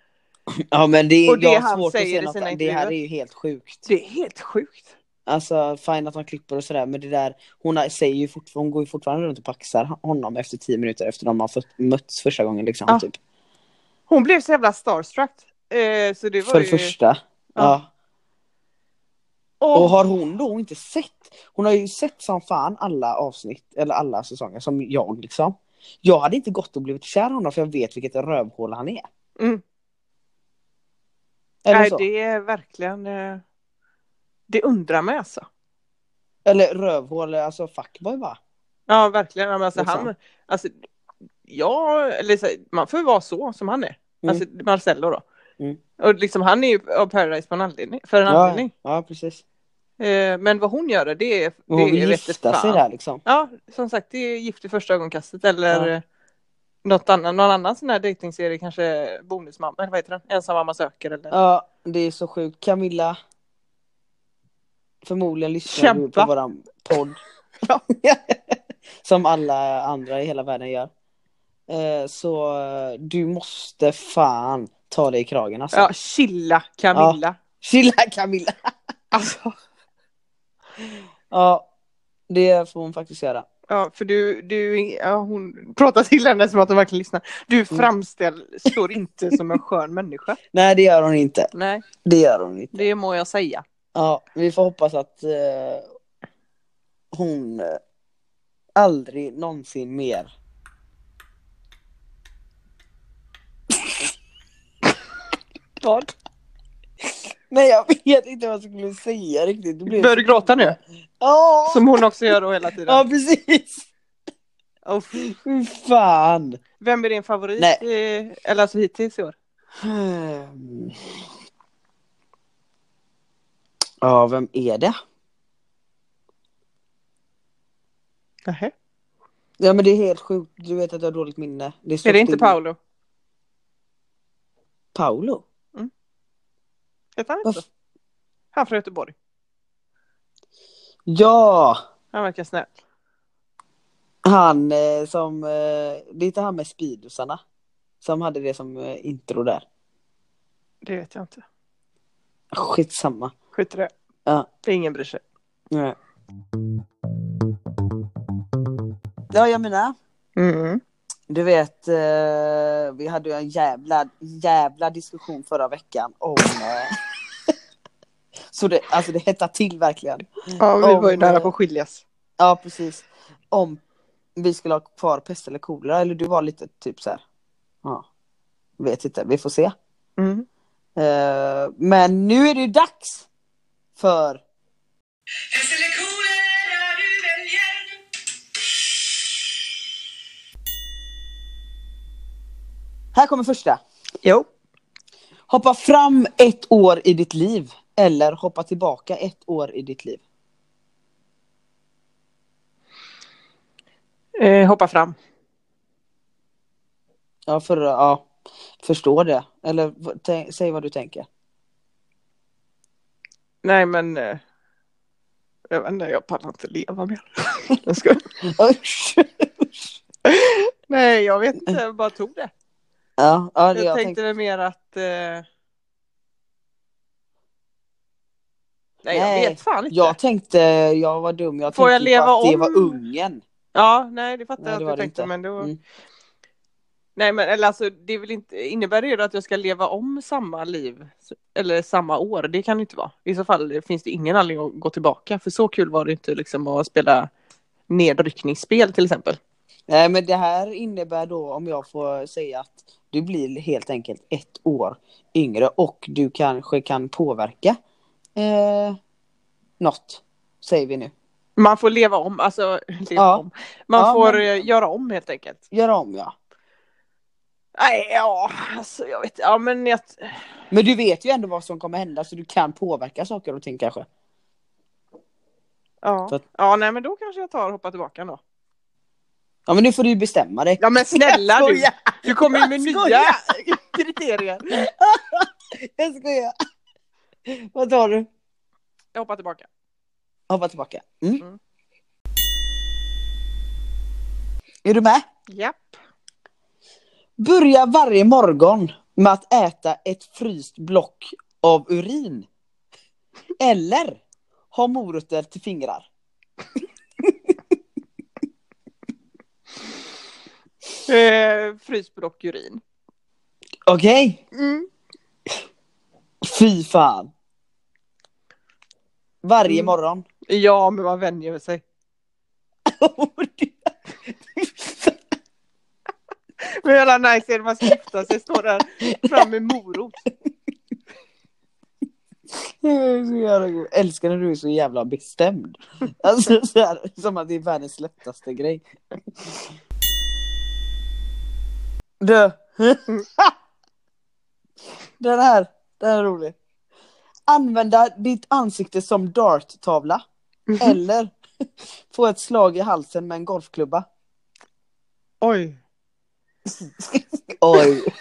A: Ja men det är,
B: Och det
A: jag har
B: han
A: svårt att
B: säger
A: se
B: i
A: något.
B: sina
A: Det här är
B: intervjuer.
A: ju helt sjukt.
B: Det är helt sjukt.
A: Alltså fine att han klipper och sådär men det där hon har- säger ju fortfarande, hon går ju fortfarande runt och paxar honom efter tio minuter efter de har fått, mötts första gången liksom.
B: Ja,
A: typ.
B: Hon blev så jävla starstruck. Eh, så det var
A: För det
B: ju...
A: första. Ja.
B: Och,
A: Och har hon då inte sett? Hon har ju sett som fan alla avsnitt eller alla säsonger som jag liksom. Jag hade inte gått och blivit kär i honom för jag vet vilket rövhål han är.
B: Mm.
A: Eller
B: nej,
A: så.
B: det är verkligen... Eh, det undrar mig alltså.
A: Eller rövhål, alltså fuckboy va?
B: Ja, verkligen. Ja, Men alltså,
A: Liksom.
B: han, alltså, ja, eller, så, man får ju vara så som han är.
A: Mm.
B: Alltså Marcello då.
A: Mm.
B: Och liksom, han är ju av Paradise på en anledning, för en
A: Ja,
B: anledning.
A: ja precis.
B: Eh, men vad hon gör, det är... Det
A: Och hon
B: är
A: vill
B: vet
A: gifta
B: fan.
A: sig där liksom.
B: Ja, som sagt, det är Gift i första ögonkastet eller
A: Ja.
B: ja. något annan, någon annan sån här dejtingserie, kanske Bonusmamma, eller vad heter den? Ensam mamma söker eller...
A: Ja, det är så sjukt. Camilla. Förmodligen lyssnar du på
B: Kämpa.
A: våran podd.
B: Ja.
A: Som alla andra i hela världen gör. Eh, Så eh, du måste fan ta dig i kragen alltså.
B: Ja, chilla Camilla.
A: Chilla Camilla!
B: Alltså,
A: Ja, det får hon faktiskt göra.
B: Ja, för du, du ja, hon pratar till henne som att hon verkligen lyssnar. Du framställ, står inte som en skön människa.
A: Nej, det gör hon inte.
B: Nej,
A: Det gör hon inte.
B: det må jag säga.
A: Ja, vi får hoppas att eh, hon eh, aldrig någonsin mer. vad? Nej, jag vet inte vad jag skulle säga riktigt. Det blev...
B: Börjar du gråta nu?
A: Ja,
B: Som hon också gör då hela
A: ja,
B: tiden.
A: precis.
B: Och
A: Fy fan.
B: Vem är din favorit?
A: Nej.
B: eh, Eller alltså hittills i år?
A: Hmm. Ja, vem är det?
B: Nähä.
A: Ja, men det är helt sjukt. Du vet att jag har dåligt minne. Det står
B: Är det inte
A: still.
B: Paolo?
A: Paolo?
B: Heter han inte
A: Varför?
B: så? Han från Göteborg.
A: Ja,
B: Han verkar snäll.
A: han eh, som, eh, det är inte han med speedosarna? Som hade det som eh, intro där.
B: Det vet jag inte.
A: Skitsamma.
B: Skit i det.
A: Ja.
B: Det är ingen bryr sig.
A: Nej. Ja, jag menar,
B: Mm.
A: du vet, eh, vi hade ju en jävla, jävla diskussion förra veckan om... Eh, så det, alltså det hettar till verkligen.
B: Ja, vi var ju
A: Om,
B: nära
A: eh,
B: på att skiljas.
A: Ja, precis. Om vi skulle ha kvar pest eller kolera, eller du var lite typ så här. Ja, vet inte, vi får se.
B: Mm.
A: Eh, men nu är det ju dags för...
C: Pest eller kolera du väljer.
A: Här kommer första.
B: Jo.
A: Hoppa fram ett år i ditt liv. Eller hoppa tillbaka ett år i ditt liv.
B: Eh, hoppa fram.
A: Ja, för, ja förstår det. Eller vad- tä- säg vad du tänker.
B: Nej men eh, Jag vet inte, jag pallar inte leva mer. Jag skojar.
A: Usch.
B: Nej, jag vet inte, jag bara tog det.
A: Ja, ja, det
B: Jag,
A: Mm. jag
B: tänkte
A: tänkte...
B: väl mer att... Eh... Nej, jag
A: Nej,
B: vet fan inte.
A: Jag tänkte, jag var dum, jag
B: Får
A: tänkte
B: jag
A: på
B: leva
A: att det
B: om?
A: var Ungern.
B: Ja, nej det fattar
A: Nej,
B: jag
A: det
B: att
A: var
B: du
A: det
B: tänkte
A: inte.
B: men det var...
A: Mm.
B: Nej men eller alltså det är väl inte, innebär det ju då att jag ska leva om samma liv? Eller samma år, det kan det inte vara. I så fall finns det ingen anledning att gå tillbaka för så kul var det inte liksom att spela nedryckningsspel till exempel.
A: Nej men det här innebär då om jag får säga att du blir helt enkelt ett år yngre och du kanske kan påverka eh, något. Säger vi nu.
B: Man får leva om, alltså leva
A: Ja.
B: om. Man
A: Ja,
B: får
A: men-
B: eh, göra om helt enkelt.
A: Gör om ja.
B: Nej, ja, alltså jag vet, ja men jag,
A: Men du vet ju ändå vad som kommer hända så du kan påverka saker och ting kanske. Så
B: ja.
A: att-
B: ja nej men då kanske jag tar och hoppar tillbaka då.
A: Ja men nu får du ju bestämma dig.
B: Ja men snälla
A: jag
B: du,
A: skojar.
B: du kommer ju med
A: Jag
B: nya
A: skojar.
B: kriterier.
A: Jag skojar. Vad tar du?
B: Jag hoppar tillbaka.
A: Hoppa tillbaka. Mm.
B: Mm.
A: Är du med?
B: Japp.
A: Börja varje morgon med att äta ett fryst block av urin. Eller ha morötter till fingrar.
B: Eh, frysblock urin.
A: Okej?
B: Mm.
A: Fy fan. Varje
B: Mm.
A: morgon.
B: Ja, men man vänjer sig. Men jävla nice är det, man ska gifta sig, står där fram med morot.
A: Jag är så jävla god. Jag älskar när du är så jävla bestämd. Alltså så här, som att det är världens lättaste grej. Du. Den här, den här är rolig. Använda ditt ansikte som darttavla eller få ett slag i halsen med en golfklubba.
B: Oj.
A: Oj.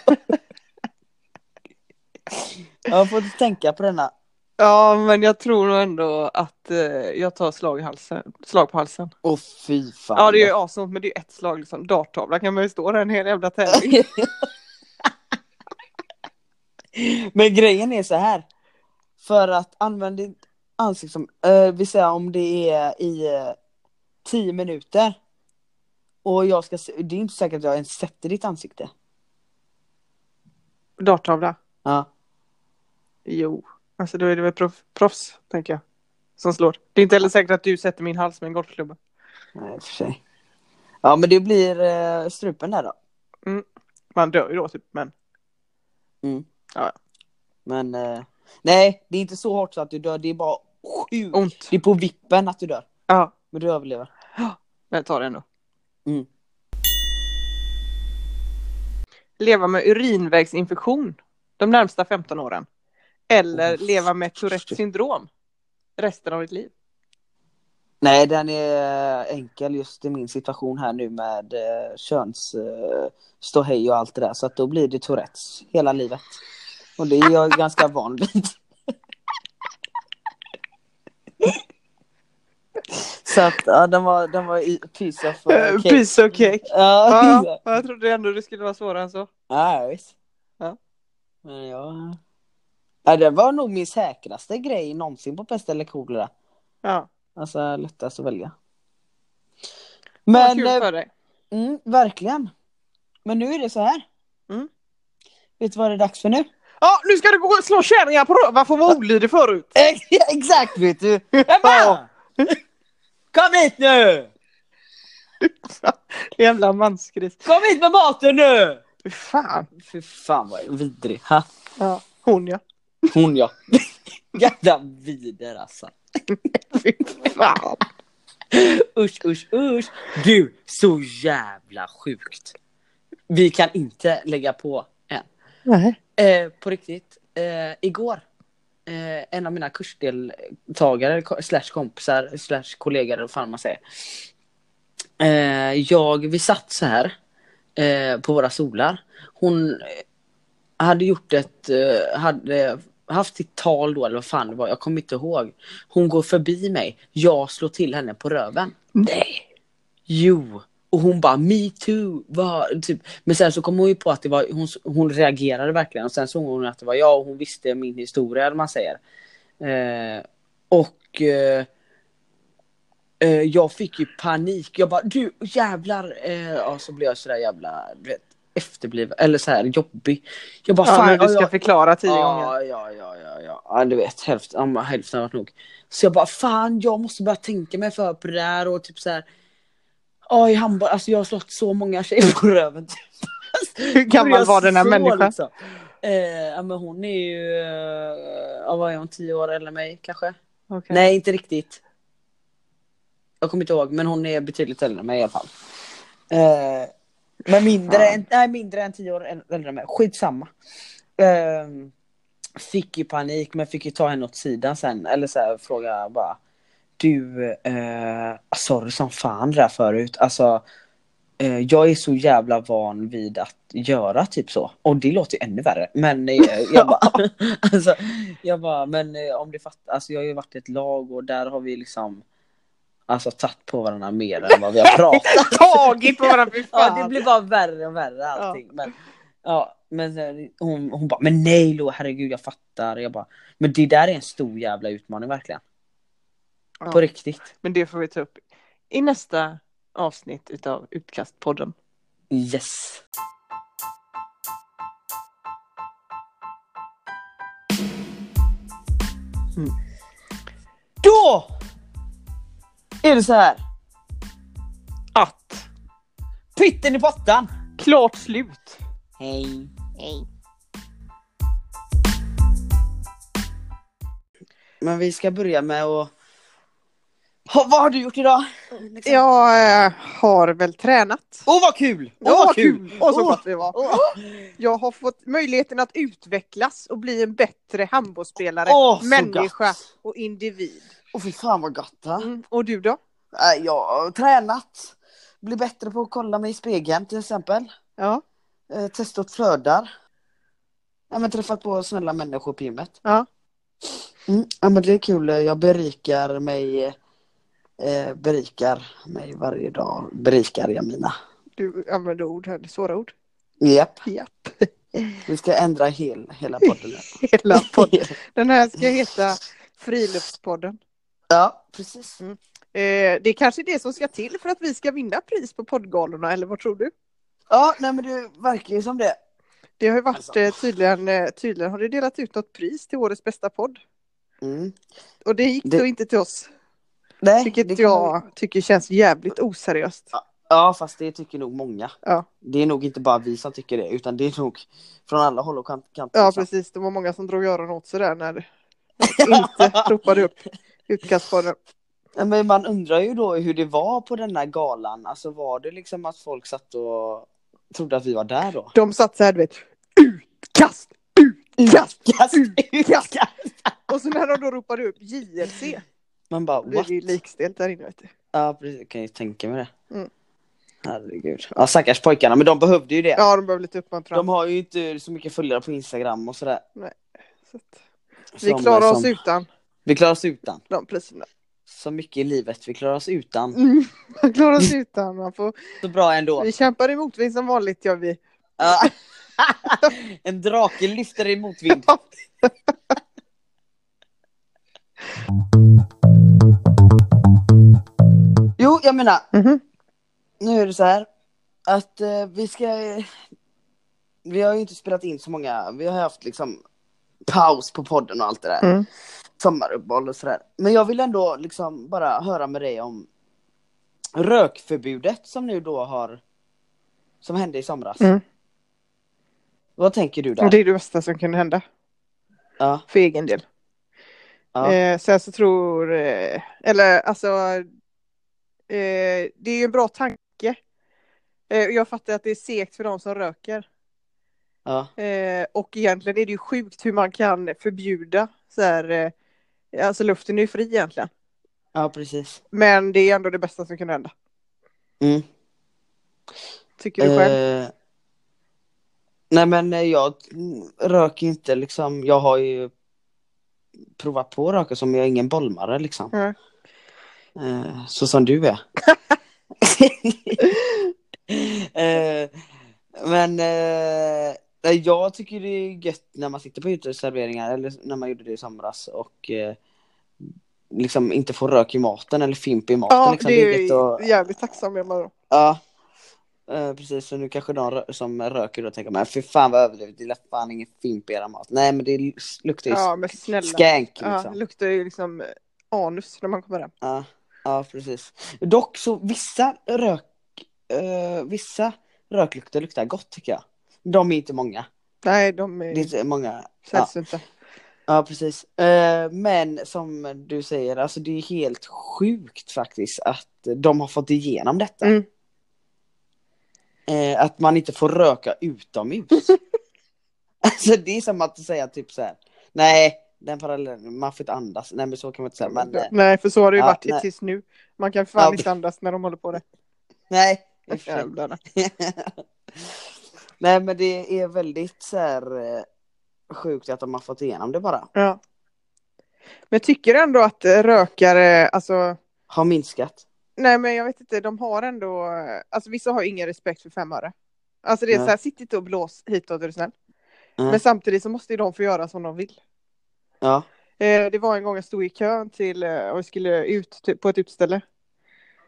A: Jag får inte tänka på denna.
B: Ja, men jag tror nog ändå att eh, jag tar slag, i halsen, slag på halsen.
A: Åh fy fan.
B: Ja, det är ju asont, men det är ju ett slag liksom. Darttavla kan man ju stå där en hel jävla tävling.
A: Men grejen är så här. För att använd ditt ansikte som, eh, vi säger om det är i eh, 10 minuter. Och jag ska, se- det är inte säkert att jag ens sätter ditt ansikte.
B: Darttavla?
A: Ja.
B: Jo. Alltså då är det väl proff, proffs, tänker jag. Som slår. Det är inte heller säkert att du sätter min hals med en golfklubba.
A: Nej, i och för sig. Ja men det blir eh, strupen där då.
B: Man dör ju då typ, men.
A: Men eh, nej, det är inte så hårt så att du dör. Det är bara sjukt.
B: Ont.
A: Det är på vippen att du dör.
B: Ja,
A: Men du överlever.
B: men jag tar det ändå.
A: Mm.
B: Leva med urinvägsinfektion de närmsta 15 åren. Eller
A: Oh,
B: leva med Tourettes syndrom resten av ditt liv.
A: Nej, den är eh, enkel just i min situation här nu med eh, köns eh, ståhej och allt det där. Så att då blir det Tourettes hela livet. Och det är jag ganska van vid. Så att ja, den var, den var i piece of eh,
B: Eh,
A: cake.
B: Piece of cake.
A: Ja,
B: Ja, jag trodde ändå det skulle vara svårare än så.
A: ja visst.
B: Ja.
A: Men ja. ja, det var nog min säkraste grej någonsin på pest eller kolera.
B: Ja,
A: Alltså lättast att välja.
B: men,
A: Men
B: kul
A: eh,
B: för dig.
A: Mm, verkligen. Men nu är det så här.
B: Mm.
A: Vet du vad det är dags för nu?
B: Ja, nu ska du gå och slå kärringar på röven. Varför var olydig förut?
A: Exakt vet du! Emma! Kom hit nu!
B: Jävla mansgris.
A: Kom hit med maten nu!
B: Fy fan.
A: Fy fan vad vidrig. Ha,
B: Ja, hon ja.
A: hon ja. Jävla vider alltså.
B: Fy fan.
A: Usch usch usch. Du, så jävla sjukt. Vi kan inte lägga på än.
B: Nej.
A: Eh, på riktigt. Eh, igår. Eh, en av mina kursdeltagare ko- slash kompisar slash kollegor eller vad fan man säger. Eh, jag, vi satt så här. Eh, på våra solar. Hon eh, hade gjort ett, eh, hade haft sitt tal då eller vad fan det var, jag kommer inte ihåg. Hon går förbi mig, jag slår till henne på röven.
B: Nej.
A: Jo. Och hon bara me too. Vad? Typ. Men sen så kom hon ju på att det var, hon, hon reagerade verkligen och sen såg hon att det var jag och hon visste min historia eller vad man säger. Eh, och eh, eh, jag fick ju panik. Jag bara du jävlar. Eh, ja så blev jag sådär jävla du vet, efterbliven eller så här jobbig. Jag bara
B: Ja,
A: fan.
B: men du
A: ja,
B: ska
A: jag,
B: förklara tio gånger.
A: ja, ja, ja, ja, ja, ja, du vet hälften, ja, men hälften har varit nog. Så jag bara fan, jag måste börja tänka mig för på det där och typ så här. Ja, i handboll, alltså jag har slått så många tjejer på röven. typ.
B: Hur gammal var den här
A: Så,
B: människan?
A: liksom. Eh, ja, men hon är ju, eh, ja, vad är hon, tio år eller mig kanske?
B: Okej.
A: Nej, inte riktigt. Jag kommer inte ihåg, men hon är betydligt äldre än mig i alla fall. Eh, men mindre,
B: Ja.
A: än, nej, mindre än tio år äl- äldre än mig. Skitsamma. Eh, fick ju panik, men fick ju ta henne åt sidan sen. Eller så här, fråga bara. Du, eh, sorry som fan det där förut. Alltså, eh, jag är så jävla van vid att göra typ så. Och det låter ju ännu värre. Men eh, jag bara, alltså, jag bara, men eh, om du fattar, alltså jag har ju varit i ett lag och där har vi liksom Alltså tagit på varandra mer än vad vi har pratat.
B: Tagit på varandra, fy
A: Ja, det
B: fan.
A: blir bara värre och värre allting. Men, ja, men sen, hon, hon bara, men nej Lo, herregud jag fattar. Jag bara, men det där är en stor jävla utmaning verkligen.
B: Ja.
A: På riktigt.
B: Men det får vi ta upp i nästa avsnitt utav Utkastpodden.
A: Yes.
B: Mm.
A: Då är det så här.
B: Att
A: Pytten i pottan.
B: klart slut.
A: Hej. Men vi ska börja med att... Ha, vad har du gjort idag? Liksom.
B: Jag eh, har väl tränat.
A: Åh vad kul! Åh
B: Åh,
A: vad kul!
B: Åh, så
A: Åh.
B: gott det var. Jag har fått möjligheten att utvecklas och bli en bättre handbollsspelare,
A: Åh, så
B: människa
A: gott.
B: och individ.
A: Åh fy fan vad gott! va?
B: Mm. Och du då?
A: Äh, Jag har tränat. Blir bättre på att kolla mig i spegeln till exempel.
B: Ja.
A: Eh, testat flödar. Ja, men träffat på snälla människor på gymmet.
B: Ja.
A: Mm, ja, men det är kul. Jag berikar mig. Eh, berikar mig varje dag. Berikar jag mina.
B: Du använder ord här, svåra ord.
A: Japp.
B: Japp.
A: Vi ska ändra hel, hela podden. nu.
B: Hela podden. Den här ska heta Friluftspodden.
A: ja, precis.
B: Eh, det är kanske är det som ska till för att vi ska vinna pris på poddgalorna, eller vad tror du?
A: Ja, nej men det verkar ju som det.
B: Det har ju varit eh, tydligen, eh, tydligen har det delat ut något pris till årets bästa podd.
A: Mm.
B: Och det gick
A: Det-
B: då inte till oss.
A: Nej, det
B: Vilket
A: kan man-
B: jag tycker känns jävligt oseriöst.
A: Ja, fast det tycker nog många.
B: Ja.
A: Det är nog inte bara vi som tycker det, utan det är nog från alla håll och kant- kanter.
B: Ja precis, det var många som drog öronen åt sig där när inte ropade upp utkastpodden.
A: Ja, Men man undrar ju då hur det var på den här galan. Alltså var det liksom att folk satt och trodde att vi var där då?
B: De satt så här du vet, utkast, utkast!
A: Utkast! Utkast!
B: Och så när de då ropade upp JLC
A: Man bara
B: då blev
A: what?
B: det ju likställt där inne vet du.
A: Ja, precis. Jag kan ju tänka mig det.
B: Mm.
A: Herregud. Ja, stackars pojkarna, men de behövde ju det.
B: Ja de behöver lite uppmuntran.
A: De har ju inte så mycket följare på Instagram och sådär.
B: Så att Vi
A: Som-
B: klarar oss
A: som-
B: utan
A: Vi klarar oss utan.
B: de priserna.
A: Så mycket i livet, vi klarar oss utan.
B: Mm, man klarar oss utan. Man får...
A: Så bra ändå.
B: Vi kämpar i motvind som vanligt gör vi.
A: Ja. en drake lyfter i motvind. Jo, jag menar,
B: Mhm.
A: nu är det så här att eh, vi ska... Vi har ju inte spelat in så många, vi har haft liksom paus på podden och allt det där.
B: Mm.
A: Sommaruppehåll och sådär. Men jag vill ändå liksom bara höra med dig om rökförbudet som nu då har... Som hände i somras.
B: Mm.
A: Vad tänker du där?
B: Och det är det bästa som kunde hända.
A: Ja,
B: För egen del.
A: ja.
B: Eh, sen så tror, eh, eller alltså, eh, det är ju en bra tanke. Eh, och jag fattar att det är segt för de som röker.
A: ja.
B: Eh, och egentligen är det ju sjukt hur man kan förbjuda så här, eh, alltså luften är ju fri egentligen.
A: ja, precis.
B: Men det är ändå det bästa som kunde hända.
A: Mm.
B: Tycker du själv?
A: Eh, nej men eh, jag mm, röker inte liksom. Jag har ju prova på att röka som jag är ingen bolmare liksom.
B: Nej.
A: Eh, Så som du är. Eh, Men eh, nej, jag tycker det är gött när man sitter på uteserveringar eller när man gjorde det i somras och eh, liksom inte får rök i maten eller fimp i maten.
B: Ja,
A: liksom.
B: det är
A: gött att-
B: ju jävligt tacksam är man då.
A: Ja. Eh, precis, så nu kanske de rö- som röker då tänker men för fan vad överdrivet, det är fan ingen fimp i era mat. Nej men det l- luktar ju
B: Ja men snälla.
A: skänk
B: Ja,
A: liksom.
B: luktar ju liksom anus när man kommer hem.
A: Ja, ja precis. Dock så vissa rök, eh, vissa röklukter luktar gott tycker jag. De är inte många.
B: Nej de är
A: Det är inte många. Ja,
B: sällsynta.
A: ja precis. Eh, men som du säger, alltså det är helt sjukt faktiskt att de har fått igenom detta.
B: Mm.
A: Eh, att man inte får röka utomhus. alltså det är som att säga typ så här. nej, den parallellen, man får inte andas. Nej men så kan man inte säga. Men, eh,
B: nej för så har det ju
A: ja,
B: varit
A: nej.
B: tills nu. Man kan fan
A: Ja,
B: inte andas när de håller på det.
A: nej. i och för sig.
B: Jävlarna.
A: Nej men det är väldigt så här eh, sjukt att de har fått igenom det bara.
B: Ja. Men jag tycker ändå att eh, rökare, alltså
A: Har minskat.
B: nej men jag vet inte, de har ändå, eh, alltså vissa har ju ingen respekt för fem öre. Alltså det är
A: Nej.
B: så här, sitt inte och blås hitåt är du snäll.
A: Nej.
B: Men samtidigt så måste ju de få göra som de vill.
A: Ja.
B: Eh, det var en gång jag stod i kön till, eh, och skulle ut typ, på ett utställe.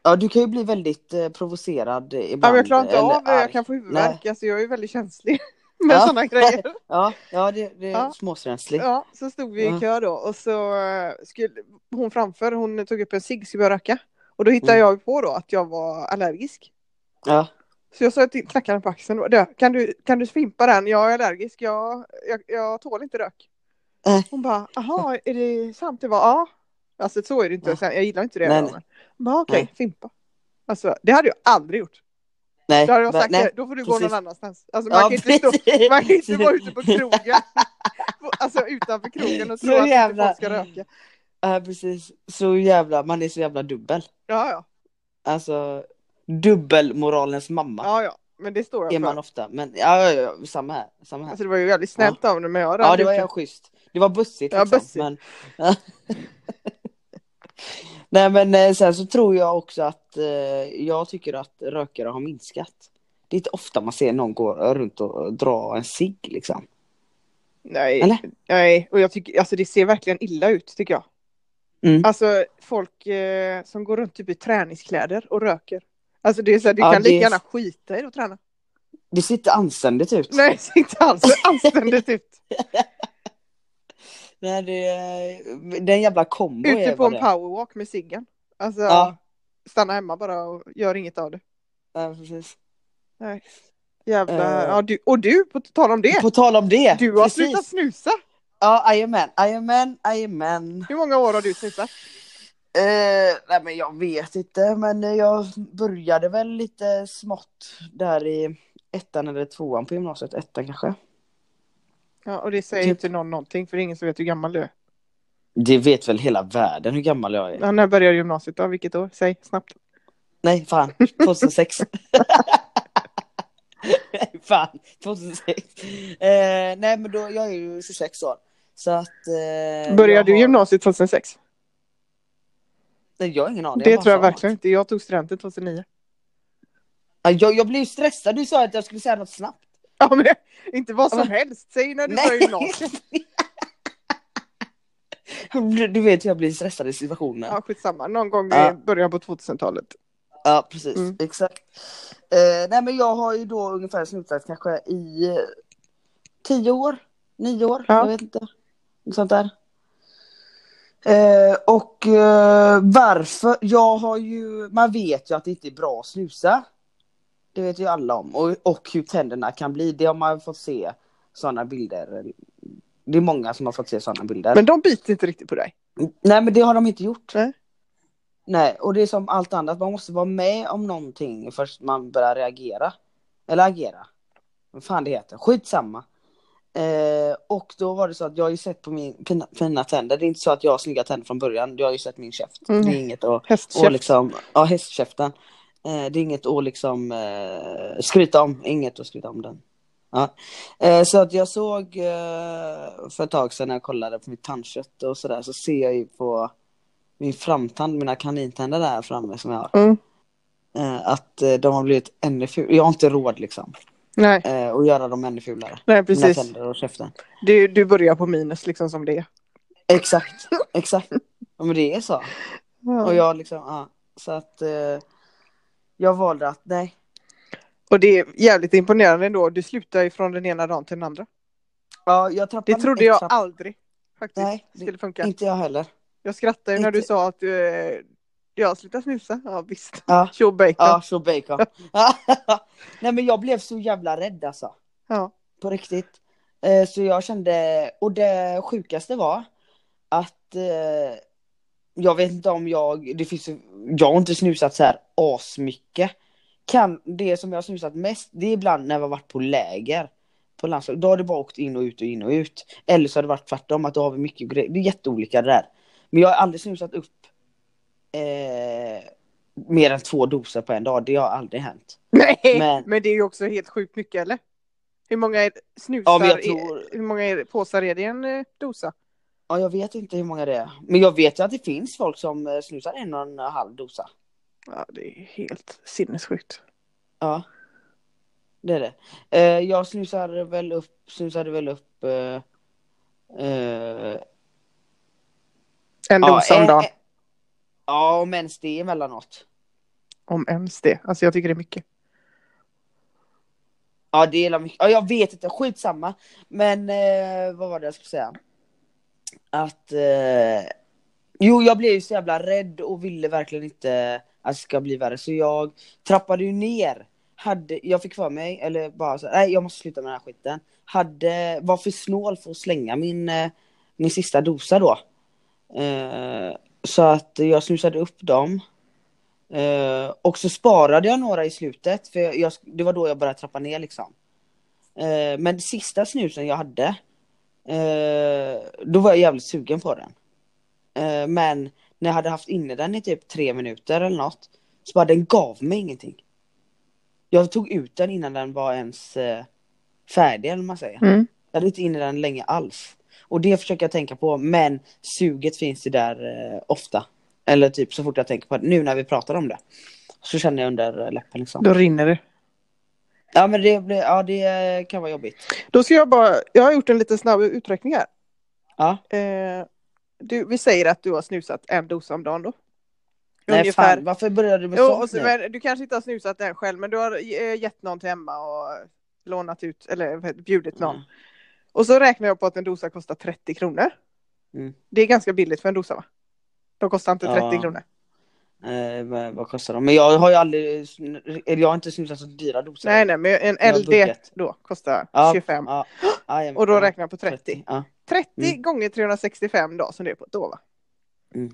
A: ja, du kan ju bli väldigt eh, provocerad eh,
B: Ja,
A: ibland.
B: men jag klarar inte
A: eller
B: av det, jag
A: arg.
B: kan få huvudvärk, alltså jag är ju väldigt känslig med
A: Ja.
B: sådana grejer.
A: Ja, ja det, det är
B: Ja.
A: småsrensligt.
B: Ja, så stod vi
A: Ja.
B: i kö då och så eh, skulle hon framför, hon tog upp en cigg, skulle börja röka. Och då hittade
A: Mm.
B: jag på då att jag var allergisk.
A: Ja.
B: Så jag sa till knackaren på axeln, då, "Du, kan du, kan du fimpa den? Jag är allergisk, jag, jag, jag tål inte rök.
A: Äh.
B: Hon bara, jaha, är det sant? Det var ja. Alltså så är det inte,
A: Ja.
B: Sen- jag gillar inte det.
A: Äh. Nej,
B: då,
A: nej.
B: men. Hon bara, okej,
A: Nej.
B: fimpa. Alltså det hade jag aldrig gjort.
A: Nej,
B: Då hade jag
A: va-
B: sagt,
A: nej.
B: då får du gå
A: precis.
B: någon annanstans. Alltså man
A: Ja,
B: kan inte stå
A: precis.
B: man kan inte vara ute på krogen. Alltså utanför krogen och
A: Så
B: tro att inte
A: jävla-
B: folk ska röka.
A: Ja, precis. Så jävla, man är så jävla dubbel.
B: Ja, ja.
A: Alltså, dubbelmoralens mamma
B: ja, ja. Men det står
A: är
B: jag
A: man
B: för.
A: ofta. Men ja, ja, ja samma här. Samma här.
B: Alltså det var ju väldigt snällt av dem. Men jag
A: Ja,
B: hade
A: det var
B: inte-
A: ju schysst. Det var bussigt
B: Ja,
A: liksom.
B: bussigt.
A: Men... Nej men eh, sen så tror jag också att eh, jag tycker att rökare har minskat. Det är inte ofta man ser någon gå runt och dra en cigg liksom.
B: Nej.
A: Eller?
B: Nej, och jag tycker, alltså det ser verkligen illa ut tycker jag.
A: Mm.
B: Alltså folk eh, som går runt typ i träningskläder och röker. Alltså det är så här, du
A: Ja,
B: kan
A: det är-
B: lika gärna skita i det och träna.
A: Det ser inte anständigt ut.
B: Nej, det ser inte alls typ anständigt ut.
A: Nej, det, är- den jävla kombo
B: Ute
A: är
B: på
A: vad det
B: en
A: är.
B: powerwalk med ciggen. Alltså,
A: Ja.
B: stanna hemma bara och gör inget av det.
A: Ja, precis.
B: Nej.
A: Eh.
B: Jävla, ja, du, och du, på tal om det.
A: På tal om det.
B: Du har
A: precis.
B: slutat snusa.
A: Ja, jajamän, jajamän, jajamän.
B: Hur många år har du snusat?
A: Eh, nej men jag vet inte men eh, jag började väl lite smått där i ettan eller tvåan på gymnasiet, ettan kanske.
B: Ja, och det säger
A: Typ.
B: inte någon någonting för det är ingen som vet hur gammal du är.
A: Det vet väl hela världen hur gammal jag är?
B: Ja, när började gymnasiet då? Vilket år? Säg snabbt.
A: Nej fan, 2006. nej fan, 2006. Eh, nej men då, jag är ju 26 år. Så att... Eh, jag
B: Började du
A: har-
B: gymnasiet 2006?
A: Nej jag har ingen aning.
B: Det
A: bara
B: tror jag
A: sa
B: verkligen
A: något.
B: inte. Jag tog studenten 2009.
A: Ja, Jag, jag blev ju stressad, du sa att jag skulle säga något snabbt.
B: Ja, men inte vad
A: Ja,
B: som helst. Säg när du började gymnasiet.
A: Du- Du vet hur jag blir stressad i situationer.
B: Ja, skitsamma. Någon gång
A: Ja.
B: i början på 2000-talet.
A: Ja precis,
B: Mm.
A: exakt. Eh, nej men jag har ju då ungefär snutat kanske i eh, tio år, nio år,
B: Ja.
A: jag vet inte. Något sånt där. Eh, och eh, varför, jag har ju, man vet ju att det inte är bra att snusa. Det vet ju alla om och, och hur tänderna kan bli, det har man fått se sådana bilder. Det är många som har fått se sådana bilder.
B: Men de biter inte riktigt på dig.
A: Nej men det har de inte gjort.
B: Nej.
A: Nej, och det är som allt annat, man måste vara med om någonting först man börjar reagera. Eller agera. Vad fan det heter, skitsamma. Eh, och då var det så att jag har ju sett på min, mina, mina tänder, det är inte så att jag har snygga tänder från början, jag har ju sett min käft.
B: Mm.
A: Det är inget att, att
B: Hästkäft.
A: liksom, ja hästkäften. Eh, det är inget att liksom eh, skryta om, inget att skryta om den. Eh, Så att jag såg eh, för ett tag sedan när jag kollade på mitt tandkött och sådär så ser jag ju på min framtand, mina kanintänder där framme som jag har.
B: Mm.
A: eh, Att eh, de har blivit ännu fulare. Jag har inte råd liksom.
B: Nej,
A: eh, Att göra dem ännu fulare.
B: nej
A: Mina
B: precis.
A: tänder och käften.
B: Du, du börjar på minus liksom som det är.
A: Exakt, exakt. Ja, men det är så.
B: Ja.
A: Och jag liksom, ja. Så att eh, jag valde att nej.
B: Och det är jävligt imponerande ändå. Du slutar ju från den ena dagen till den andra.
A: Ja, jag tappade
B: Det
A: en
B: trodde jag
A: extra-
B: aldrig faktiskt
A: Nej, det-
B: skulle funka.
A: Inte jag heller.
B: Jag skrattade ju när du
A: inte-
B: sa att eh, jag har slutat snusa. Ja visst.
A: Ja.
B: Tjo bacon.
A: Ja, så bacon. Nej men jag blev så jävla rädd alltså.
B: Ja.
A: På riktigt. Eh, Så jag kände, och det sjukaste var att eh, jag vet inte om jag, det finns, jag har inte snusat så här asmycket. Kan, det som jag har snusat mest, det är ibland när jag har varit på läger. På landslag, då har det bara åkt in och ut och in och ut. Eller så har det varit tvärtom, att då har vi mycket grejer. Det är jätteolika det där. Men jag har aldrig snusat upp eh, mer än två doser på en dag. Det har aldrig hänt.
B: Nej, men...
A: Men-
B: det är ju också helt sjukt mycket eller? Hur många är snusar?
A: Ja, men jag
B: är-
A: tror-
B: Hur många är, påsar är det i en eh, dosa?
A: Ja, jag vet inte hur många det är. Men jag vet ju att det finns folk som eh, snusar en och en halv dosa.
B: Ja, det är helt sinnessjukt.
A: Ja. Det är det. Eh, jag snusade väl upp, snusade väl upp eh, eh,
B: En dosa om
A: eh,
B: dagen.
A: eh, Ja, om ens det emellanåt.
B: Om ens det. Alltså jag tycker det är mycket.
A: Ja, det är la mycket. Ja, jag vet inte. Skitsamma. Men eh, vad var det jag skulle säga? Att... Eh, jo, jag blev ju så jävla rädd och ville verkligen inte att det ska bli värre. Så jag trappade ju ner. Hade, jag fick för mig, eller bara så här, nej jag måste sluta med den här skiten. Hade, var för snål för att slänga min, eh, min sista dosa då. Eh, så att jag snusade upp dem. Eh, och så sparade jag några i slutet, för jag, jag, det var då jag började trappa ner liksom. Eh, men sista snusen jag hade, eh, då var jag jävligt sugen på den. Eh, men när jag hade haft inne den i typ tre minuter eller något, så bara den gav mig ingenting. Jag tog ut den innan den var ens eh, färdig eller vad man säger.
B: Mm.
A: Jag hade inte inne den länge alls. Och det försöker jag tänka på, men suget finns ju där eh, ofta. Eller typ så fort jag tänker på det, nu när vi pratar om det. Så känner jag under läppen liksom.
B: Då rinner det.
A: Ja men det, blir, ja, det kan vara jobbigt.
B: Då ska jag bara, jag har gjort en liten snabb uträkning här.
A: Ja.
B: Eh, du, vi säger att du har snusat en dosa om dagen då.
A: Nej fan, varför började du med
B: Jo,
A: sånt
B: och så,
A: nu?
B: men du kanske inte har snusat den själv, men du har eh, gett någon till Emma och lånat ut, eller vad heter det, bjudit någon.
A: Mm.
B: Och så räknar jag på att en dosa kostar 30 kronor.
A: Mm.
B: Det är ganska billigt för en dosa va? De kostar inte 30
A: Ja.
B: kronor.
A: Eh, vad, vad kostar de? Men jag har ju aldrig, sn- eller jag har inte snusat så dyra doser.
B: Nej, nej, men
A: Jag
B: en
A: har
B: LD
A: budget.
B: då kostar
A: Ja,
B: 25.
A: Ja, ja, jag-
B: Och då
A: ja,
B: räknar jag på 30.
A: Ja.
B: 30
A: Mm.
B: gånger 365 dagar som det är på ett år va?
A: Mm.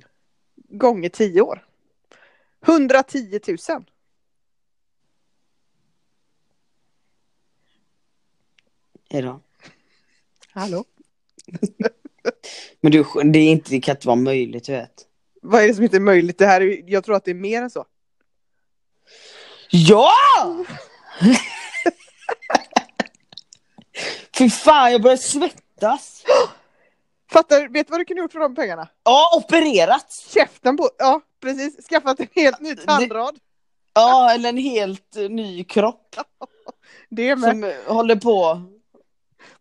B: Gånger 10 år. 110 000.
A: Hejdå.
B: Hallå?
A: Men du, det, är inte, det kan inte vara möjligt du vet.
B: Vad är det som inte är möjligt? Det här är, ju- jag tror att det är mer än så.
A: Ja! Fy fan, jag börjar svettas.
B: Fattar du? Vet du vad du kunde gjort för de pengarna?
A: Ja, opererats.
B: Käften på... Ja, precis. Skaffat en helt ny tandrad.
A: Ja, eller en helt eh, ny kropp
B: Det med.
A: som eh, håller på.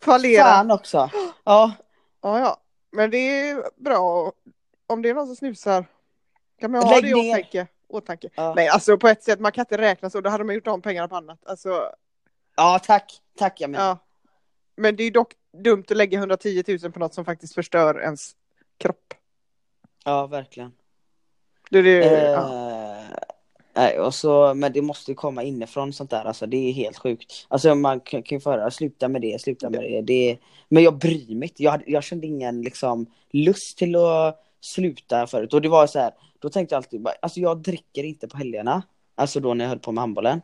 B: Fallera.
A: Fan också. Ja,
B: Ja, ja. Men det är bra. Om det är någon som snusar kan man ha
A: Lägg
B: det i
A: ner.
B: åtanke. åtanke.
A: Ja.
B: Nej, alltså på ett sätt, man kan inte räkna så. Då hade man gjort om pengarna på annat. Alltså,
A: ja tack. Tack jag menar.
B: ja. Men det är dock dumt att lägga 110 000 på något som faktiskt förstör ens kropp.
A: Ja, verkligen.
B: Det är det, ja.
A: Eh, nej, och så, men det måste ju komma inifrån sånt där, alltså, det är helt sjukt. Alltså, man kan kan ju få höra, sluta med det, sluta med det. det men jag bryr mig inte, jag, hade- jag kände ingen liksom, lust till att sluta förut. Och det var så här, då tänkte jag alltid, bara, alltså jag dricker inte på helgerna. Alltså då när jag höll på med handbollen.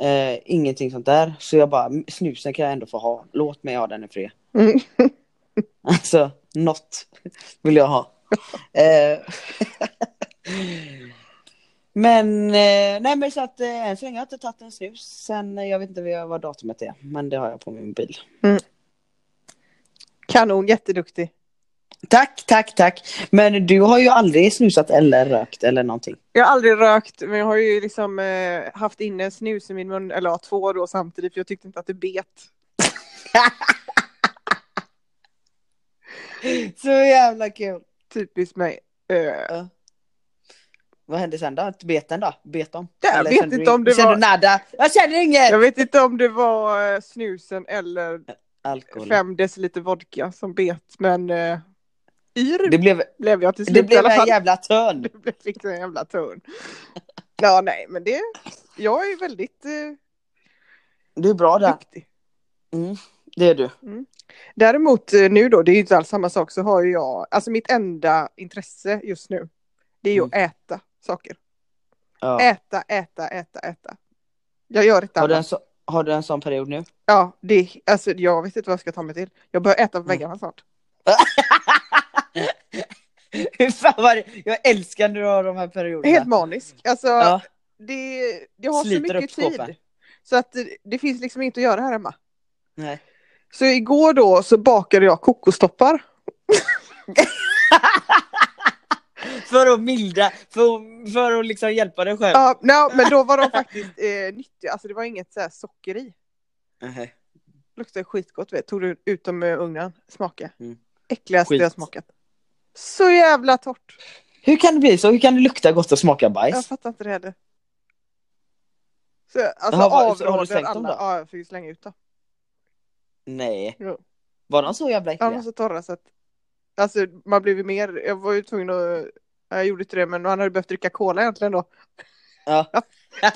A: Eh, ingenting sånt där. Så jag bara, snusen kan jag ändå få ha. Låt mig ha den i fred.
B: Mm.
A: Alltså, något vill jag ha. Eh, Men, eh, nej men så att eh, än så länge har jag inte tagit en snus. Sen, eh, jag vet inte vad- vad datumet är, men det har jag på min mobil.
B: Kanon, jätteduktig.
A: Tack, tack, tack. Men du har ju aldrig snusat eller rökt eller någonting.
B: Jag har aldrig rökt, men jag har ju liksom eh, haft inne snus i min mun, eller ja, två då samtidigt, för jag tyckte inte att det bet.
A: Så jävla kul.
B: Typiskt mig. Eh,
A: Vad hände sen då? Beten då? Bet de?
B: Jag
A: Eller
B: vet
A: kände du
B: inte
A: in-
B: om det
A: kände
B: var-
A: du nada? Jag känner inget!
B: jag vet inte om det var eh, snusen eller
A: Alkohol.
B: fem deciliter vodka som bet, men eh, yr
A: Det blev,
B: blev jag till slut
A: det blev
B: i alla
A: en
B: fall.
A: jävla törn.
B: Det blev liksom en jävla törn. Ja, nej, men det... Jag är väldigt eh,
A: Du är bra där.
B: duktig.
A: Det är du.
B: Däremot eh, nu då, det är ju inte alls samma sak, så har ju jag... Alltså mitt enda intresse just nu, det är ju att äta saker.
A: Mm. Ja.
B: Äta, äta, äta, äta. Jag gör inte
A: Har, du
B: annat.
A: en så, har du en sån period nu?
B: Ja, det är, alltså jag vet inte vad jag ska ta mig till. Jag börjar äta
A: Mm.
B: på väggarna snart.
A: Hur fan var det? Jag älskar när du har de här perioderna.
B: Helt manisk. Alltså,
A: ja.
B: det, jag har
A: Sliter
B: så
A: upp
B: mycket
A: skåpen.
B: tid. Så att eh, det finns liksom inte att göra här hemma.
A: Nej.
B: Så igår då så bakade jag kokostoppar.
A: För att mildra, för, att- för att liksom hjälpa dig själv.
B: Ja, nej, men då var de faktiskt eh, nyttiga. Alltså det var inget så här socker i.
A: Nej.
B: Luktade skitgott. Vet. Tog det ut dem ur ugnen. Smaka.
A: Mm.
B: Äckligaste
A: Skit.
B: jag smakat. Så jävla torrt.
A: Hur kan det bli så? Hur kan det lukta gott och smaka
B: Jag
A: bajs?
B: fattar inte det heller. Så, alltså
A: Jaha, vad- så har du
B: avråder
A: slängt
B: alla.
A: dem då?
B: Ja, jag fick ju slänga ut dem.
A: Nej.
B: Jo.
A: Var de så jävla
B: Ja,
A: äckliga?
B: de var så torra så att. Alltså man blev ju mer. Jag var ju tvungen att. ja, Jag gjorde inte det men han hade behövt dricka cola egentligen då.
A: Ja.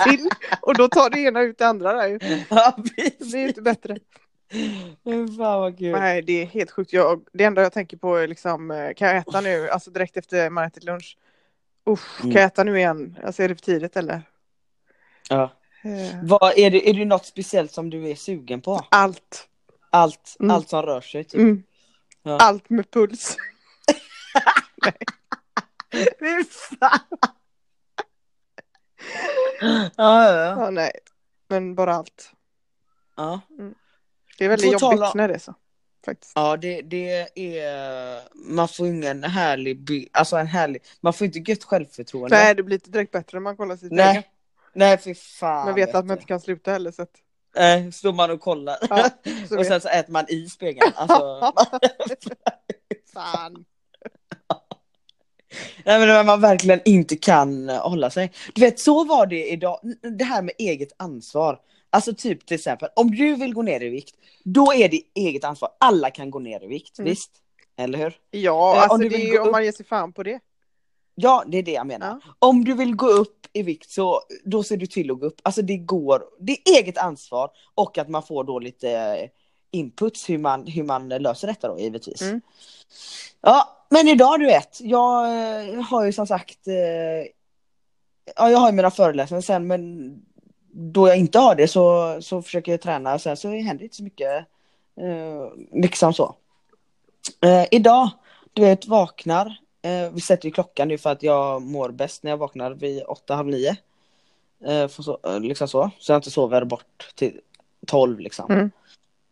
B: Till. Och då tar det ena ut det andra där ju.
A: Ja,
B: Det blir ju
A: precis.
B: inte bättre.
A: Fan vad kul.
B: Nej, det är helt sjukt. Jag, det enda jag tänker på är liksom, eh, kan jag äta nu? Alltså direkt efter man ätit lunch. Uff,
A: Mm.
B: kan jag äta nu igen? Alltså är det för tidigt eller?
A: Ja.
B: Eh,
A: Vad, är, det, är det något speciellt som du är sugen på?
B: Allt.
A: Allt,
B: Mm.
A: allt som rör sig? Typ.
B: Mm.
A: Ja.
B: Allt med puls.
A: Fy fan. ja, ja,
B: Ja, nej. Men bara allt.
A: ja.
B: Det är väldigt
A: På tal
B: jobbigt
A: om-
B: när det är så. Faktiskt.
A: Ja, det, det är... Man får ingen härlig... bi- Alltså en härlig... Man får inte gött självförtroende.
B: Nej, det blir inte direkt bättre när man kollar sitt eget.
A: Nej, Nej fy fan.
B: Man vet att man
A: du.
B: inte kan sluta heller. Så att,
A: Nej, står man och kollar.
B: ja, så
A: och
B: vet.
A: sen så äter man i spegeln. Alltså,
B: Fan.
A: nej, men när man verkligen inte kan eh, hålla sig. Du vet, så var det idag. Det här med eget ansvar. Alltså typ till exempel, om du vill gå ner i vikt, då är det eget ansvar. Alla kan gå ner i vikt,
B: Mm.
A: visst? Eller hur? Eh,
B: Ja,
A: om
B: alltså
A: du
B: det
A: vill
B: är ju
A: gå
B: om man ger sig fan på det.
A: Ja, det är det jag menar.
B: Ja.
A: Om du vill gå upp i vikt så då ser du till att gå upp. Alltså det går, det är eget ansvar och att man får då lite eh, inputs hur man, hur man löser detta då givetvis.
B: Mm.
A: Ja, men idag du vet, jag eh, har ju som sagt, eh, ja jag har ju mina föreläsningar sen men då jag inte har det så, så försöker jag träna och sen så händer det inte så mycket. Eh, liksom så. Eh, idag, du vet vaknar, Eh, vi sätter ju klockan nu för att jag mår bäst när jag vaknar vid åtta, halv nio. Eh, får så, eh, liksom så. Så jag inte sover bort till 12 liksom.
B: Mm.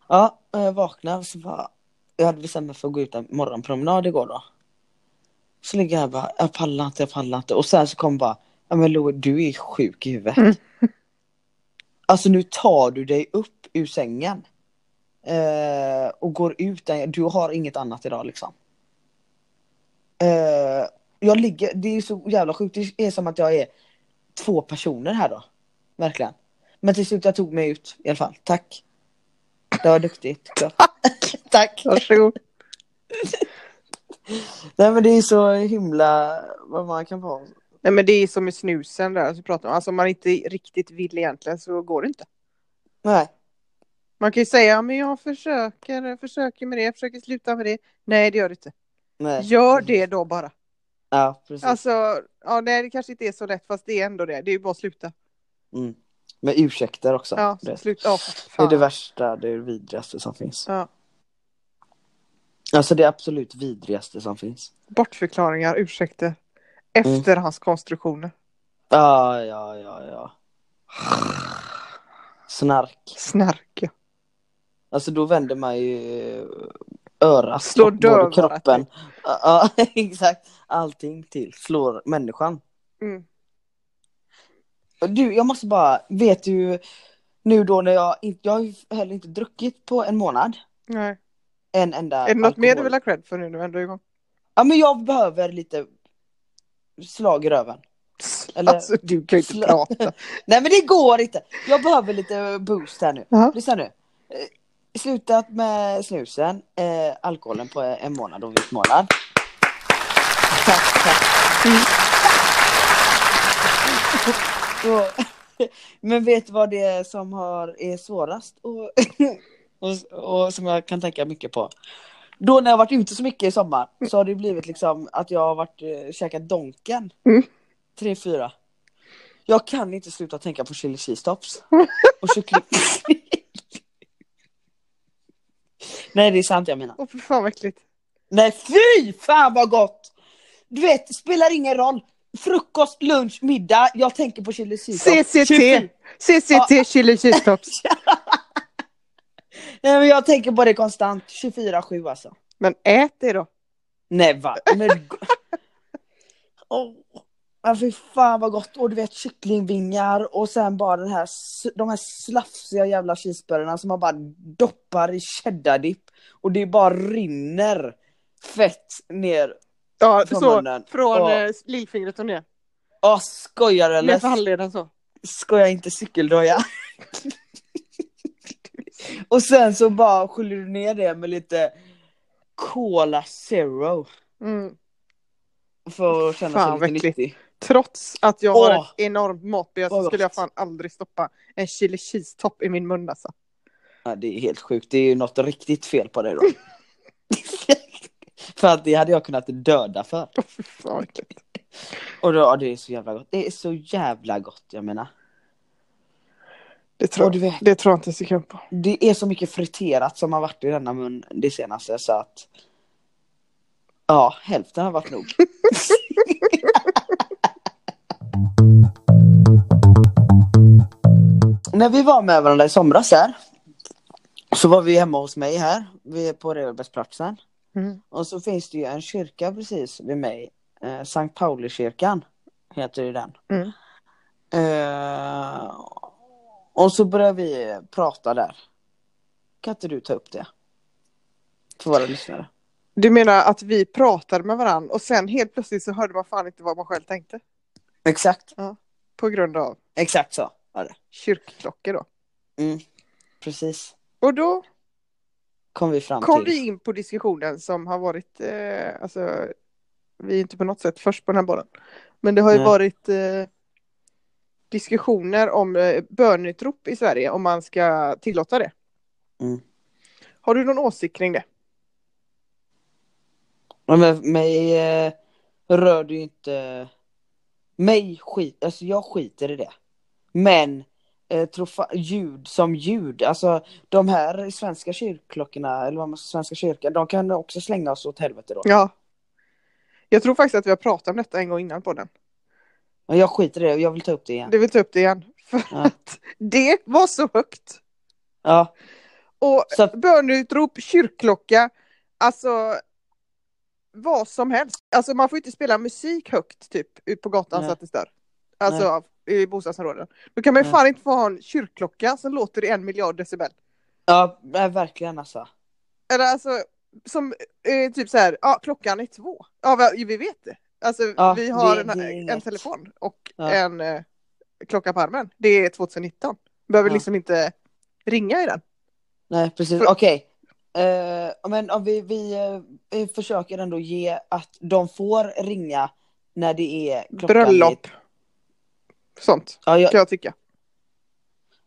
A: Ja, eh, vaknar så bara, Jag hade bestämt mig för att gå ut en morgonpromenad igår då. Så ligger jag här bara, jag pallar inte, jag pallar inte. Och sen så kom bara, ja men Louie du är sjuk i huvudet.
B: Mm.
A: Alltså nu tar du dig upp ur sängen. Eh, och går ut, du har inget annat idag liksom. Eh, jag ligger, det är så jävla sjukt. Det är som att jag är två personer här då. Verkligen. Men till slut jag tog mig ut i alla fall. Tack. Det var duktigt. Tack.
B: Varsågod.
A: Nej men det är så himla vad man kan vara.
B: Nej men det är som med snusen där som vi pratade om. Alltså om man inte riktigt vill egentligen så går det inte.
A: Nej.
B: Man kan ju säga ja, men jag försöker, jag försöker med det, jag försöker sluta med det. Nej det gör det inte.
A: Nej.
B: Gör det då bara.
A: Ja precis.
B: Alltså, ja nej det kanske inte är så lätt fast det är ändå det. Det är ju bara att sluta.
A: Mm. Med ursäkter också.
B: Ja,
A: det,
B: sluta. Ja,
A: det är det
B: fan.
A: värsta, det är det vidrigaste som finns.
B: Ja.
A: Alltså det absolut vidrigaste som finns. Mm.
B: Bortförklaringar, ursäkter. Efterhandskonstruktioner.
A: Ja, ja, ja, ja. Snark.
B: Snark. ja.
A: Alltså då vänder man ju eh, örat
B: Slår
A: mot både
B: dövörat
A: kroppen. Ja, ja, exakt. Allting till slår människan.
B: Mm.
A: Du, jag måste bara, vet du nu då när jag inte, jag har ju heller inte druckit på en månad.
B: Nej.
A: En enda
B: Är det något mer du
A: Äh, alkohol.
B: vill ha cred för nu när vi ändå är igång?
A: Ja men jag behöver lite slag i röven. Eller-
B: Alltså du kan ju inte
A: Sla-
B: prata.
A: Nej men det går inte. Jag behöver lite boost här nu.
B: Jaha.
A: Lyssna nu. Eh, Slutat med snusen, eh, alkoholen på en månad och vit månad. Tack, tack. Så, men vet du vad det är som har, är svårast och, och, och som jag kan tänka mycket på? Då när jag varit ute så mycket i sommar så har det blivit liksom att jag har varit eh, käkat Donken.
B: Mm.
A: Tre, fyra. Jag kan inte sluta tänka på chili cheese tops. Och kyckling. Nej det är sant jag menar.
B: Åh fy fan vad äckligt.
A: Typ Nej fy fan vad gott! Du vet, spelar ingen roll. Frukost, lunch, middag. Jag tänker på chili cheese tops.
B: CCT. CCT chili cheese tops.
A: Nej, men jag tänker på det konstant. 24-7 alltså.
B: Men ät det då.
A: Nej va? Men... Åh, ja, fy fan vad gott. Och du vet kycklingvingar och sen bara den här, s- de här slafsiga jävla cheeseburgarna som man bara doppar i cheddardipp. Och det bara rinner fett ner.
B: Ja,
A: Från
B: så.
A: munnen.
B: Från
A: Ja.
B: eh, lillfingret och ner.
A: Åh, skojar du
B: Ner
A: eller?
B: för handleden så.
A: skojar inte cykeldoja. och sen så bara sköljer du ner det med lite Cola Zero
B: Mm.
A: för att känna
B: Fan,
A: sig
B: vad
A: lite
B: äckligt.
A: nyttig.
B: Trots att jag har
A: Åh.
B: ett enormt matbehov
A: Vad
B: så
A: gott.
B: skulle jag fan aldrig stoppa en chili cheese topp i min mun alltså.
A: Ja, det är helt sjukt, det är ju något riktigt fel på dig då. för att det hade jag kunnat döda för.
B: Åh, fy fan, vad äckligt.
A: Och då, ja, det är så jävla gott. Det är så jävla gott jag menar.
B: Det tror,
A: Och du vet.
B: det tror jag inte en sekund på.
A: Det är så mycket friterat som har varit i denna mun det senaste så att Ja, hälften har varit nog. När vi var med varandra i somras här Så var vi hemma hos mig här, vi är på Revelbäcksplatsen
B: Mm.
A: Och så finns det ju en kyrka precis vid mig eh, Sankt Paulikyrkan heter ju den
B: Mm.
A: Eh, och så börjar vi prata där. Kan inte du ta upp det? För våra lyssnare.
B: Du menar att vi pratade med varandra och sen helt plötsligt så hörde man fan inte vad man själv tänkte.
A: Exakt.
B: På grund av
A: Exakt så. Ja, det. Mm.
B: kyrkklockor då.
A: Precis.
B: Och då
A: Kom vi fram
B: kom
A: till.
B: vi in på diskussionen som har varit, eh, alltså, vi är inte på något sätt först på den här bollen. Men det har ju
A: Nej.
B: varit eh, diskussioner om eh, bönutrop i Sverige, om man ska tillåta det.
A: Mm.
B: Har du någon åsikt kring det?
A: Men mig- mig eh, rör du inte. Mig skit, alltså jag skiter i det. Men eh, tro fa- ljud som ljud, alltså de här svenska kyrkklockorna, eller vad man svenska kyrkan, de kan också slänga oss åt helvete då.
B: Ja. Jag tror faktiskt att vi har pratat om detta en gång innan på den.
A: Men jag skiter i det och jag vill ta upp det igen.
B: Du vill ta upp det igen. För
A: Ja.
B: att det var så högt.
A: Ja,
B: Och
A: så att
B: bönutrop, kyrkklocka, alltså vad som helst. Alltså man får ju inte spela musik högt typ ut på gatan
A: Nej.
B: så att det stör. Alltså i bostadsområden. Då kan man ju
A: Nej.
B: fan inte få ha en kyrkklocka som låter i en miljard decibel.
A: Ja, nej, verkligen alltså.
B: Eller alltså som eh, typ så här, ja klockan är två. Ja vi, vi vet det. Alltså
A: Ja,
B: vi har
A: det-
B: en,
A: det är inget.
B: en telefon och
A: Ja.
B: en eh, klocka på armen. Det är 2019. Behöver
A: Ja.
B: liksom inte ringa i den.
A: Nej, precis.
B: För-
A: Okej. Eh, men om vi, vi, eh, vi försöker ändå ge att de får ringa när det är klockan...
B: Bröllop. Sånt
A: Ja jag,
B: kan jag tycka.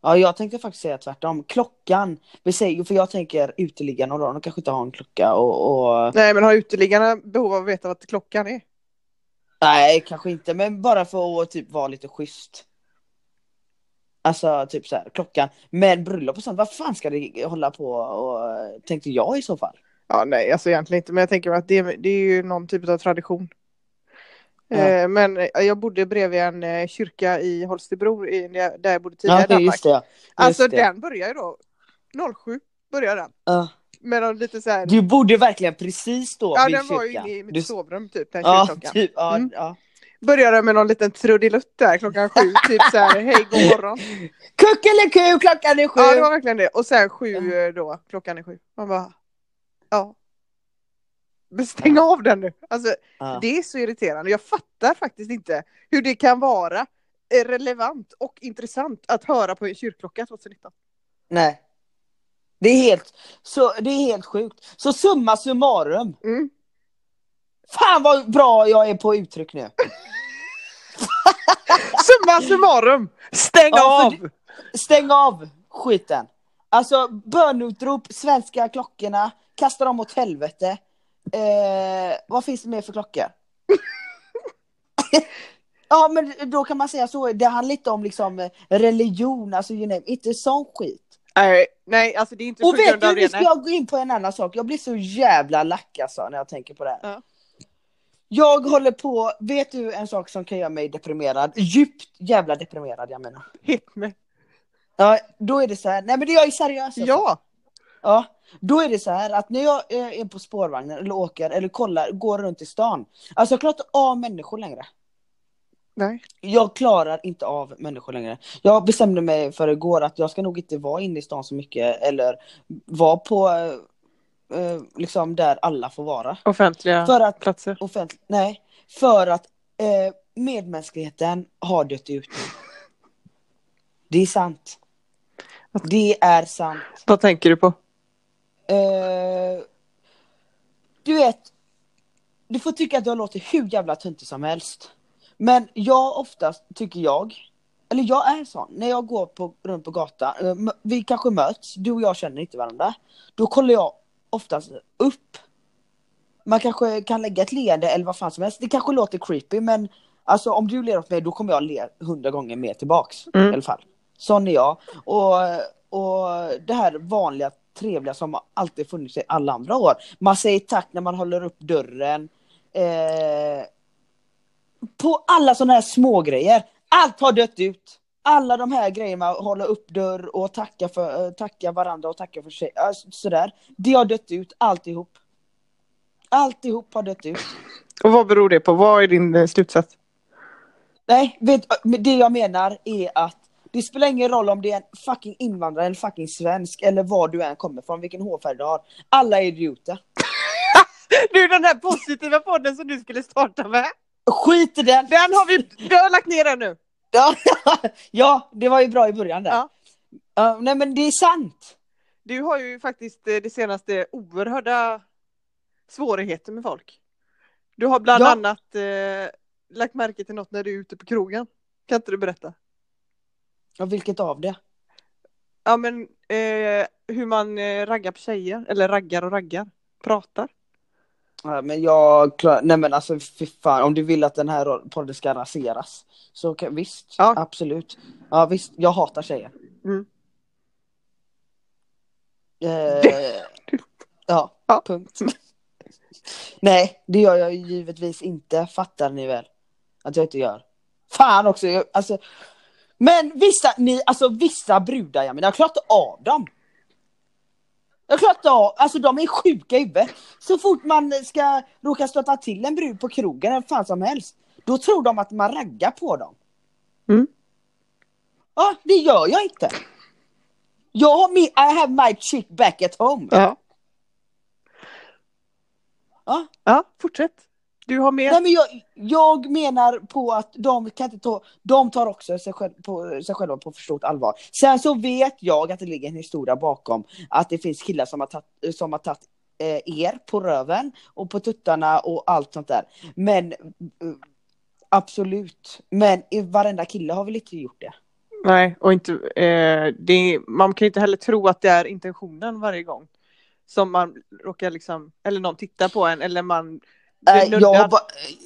A: ja, jag tänkte faktiskt säga tvärtom. Klockan. Vi säger, för jag tänker uteliggarna och då, de kanske inte har en klocka och... och...
B: Nej men har uteliggarna behov av att veta vad klockan är?
A: Nej, kanske inte. Men bara för att typ vara lite schysst. Alltså typ så här, klockan. Men bröllop och sånt, vad fan ska det hålla på och... Tänkte jag i så fall.
B: Ja nej alltså egentligen inte men jag tänker mig att det, det är ju någon typ av tradition.
A: Ja.
B: Eh, Men eh, jag bodde bredvid en eh, kyrka i Holstebro, i, där jag bodde tidigare
A: Ja,
B: i
A: det,
B: Danmark.
A: just det.
B: Alltså
A: just det.
B: den börjar ju då, 07 börjar den.
A: Ja.
B: Med de lite så här,
A: Du bodde verkligen precis då
B: ja
A: vid
B: den var ju
A: kyrkan.
B: inne i mitt
A: Du-
B: sovrum typ, den
A: Ja,
B: kyrkklockan.
A: typ, ja,
B: Mm.
A: ja.
B: Började med någon liten trudelutt där klockan sju, typ så här, hej god morgon.
A: Kuckeliku, klockan är sju!
B: Ja det var verkligen det. Och sen sju eh, då, klockan är sju. Man bara, ja. Men stäng av den nu. Alltså
A: Ja.
B: det är så irriterande. Jag fattar faktiskt inte hur det kan vara eh, relevant och intressant att höra på en kyrkklocka 2019.
A: Nej. Det är, helt, så, det är helt sjukt. Så summa summarum.
B: Mm.
A: Fan vad bra jag är på uttryck nu.
B: Summa summarum, stäng
A: Ja,
B: av!
A: för Stäng av skiten. Alltså bönutrop, svenska klockorna, kasta dem åt helvete. Eh, vad finns det mer för klockor? ja men då kan man säga så, det handlar lite om liksom eh, religion, alltså you name, inte sån skit.
B: Nej, nej, alltså det är inte
A: Och
B: på
A: vet
B: grund
A: du,
B: av
A: nu
B: det.
A: ska jag gå in på en annan sak. Jag blir så jävla lack alltså, när jag tänker på det här.
B: Ja.
A: Jag håller på, vet du en sak som kan göra mig deprimerad? Djupt jävla deprimerad jag menar.
B: Hit med.
A: Ja, då är det så här, nej men det- jag är seriös. alltså.
B: Ja,
A: ja. Då är det så här att när jag eh, är på spårvagnen eller åker eller kollar, går runt i stan. Alltså jag klarar inte av människor längre.
B: nej.
A: Jag klarar inte av människor längre. Jag bestämde mig för igår att jag ska nog inte vara inne i stan så mycket eller vara på eh, eh, liksom där alla får vara.
B: Offentliga
A: För att,
B: platser.
A: offentligt, nej, för att eh, medmänskligheten har dött ut. Det är sant. Det är sant.
B: Vad tänker du på?
A: Eh, du vet, du får tycka att jag låter hur jävla töntig som helst. Men jag oftast tycker jag, eller jag är sån, när jag går på, runt på gatan, eh, m- vi kanske möts, du och jag känner inte varandra. Då kollar jag oftast upp. Man kanske kan lägga ett leende eller vad fan som helst. Det kanske låter creepy men alltså om du ler åt mig då kommer jag le hundra gånger mer tillbaks
B: Mm.
A: i alla fall. Sån är jag. Och, och det här vanliga trevliga som har alltid funnits i alla andra år. Man säger tack när man håller upp dörren. Eh, på alla sådana här små grejer. Allt har dött ut. Alla de här grejerna, att hålla upp dörr och tacka, för, eh, tacka varandra och tacka för sig. eh, Sådär. Det har dött ut, alltihop. Alltihop har dött ut.
B: Och vad beror det på? Vad är din eh, slutsats?
A: Nej, vet, men det jag menar är att det spelar ingen roll om det är en fucking invandrare eller fucking svensk eller var du än kommer från, vilken hårfärg du har. Alla är idioter.
B: Du, den här positiva podden som du skulle starta med.
A: Skit i den!
B: Den har vi, du har lagt ner den nu.
A: Ja, ja, det var ju bra i början där.
B: Ja.
A: Ja, nej men det är sant.
B: Du har ju faktiskt eh, det senaste oerhörda svårigheter med folk. Du har bland
A: Ja.
B: annat eh, lagt märke till något när du är ute på krogen. Kan inte du berätta?
A: Ja, vilket av det?
B: Ja men eh, hur man eh, raggar på tjejer, eller raggar och raggar, pratar.
A: Ja, men jag klarar, nej men alltså fy fan, om du vill att den här podden ska raseras. Så kan, visst,
B: Ja.
A: absolut. Ja visst, jag hatar tjejer.
B: Mm.
A: Eh, ja,
B: Ja.
A: punkt. nej, det gör jag ju givetvis inte, fattar ni väl? Att jag inte gör. Fan också, jag, alltså. Men vissa, ni, alltså vissa brudar jag menar, jag klarar inte av dem. Jag klarar inte av, alltså de är sjuka i huvudet. Så fort man ska råka stöta till en brud på krogen eller fan som helst, då tror de att man raggar på dem.
B: Mm.
A: Ja, det gör jag inte. Jag har min, I have my chick back at home.
B: Ja.
A: Ja.
B: Ja, fortsätt. Du har med.
A: Nej, men jag, jag menar på att de kan inte ta, de tar också sig, själv, på, sig själva på för stort allvar. Sen så vet jag att det ligger en historia bakom att det finns killar som har tagit, som har tagit eh, er på röven och på tuttarna och allt sånt där. Men eh, absolut, men i varenda kille har väl inte gjort det?
B: Nej, och inte, eh, det, är- man kan ju inte heller tro att det är intentionen varje gång. Som man råkar liksom, eller någon tittar på en eller man blir
A: Nej, Eh, jag har
B: nuddad.
A: bara,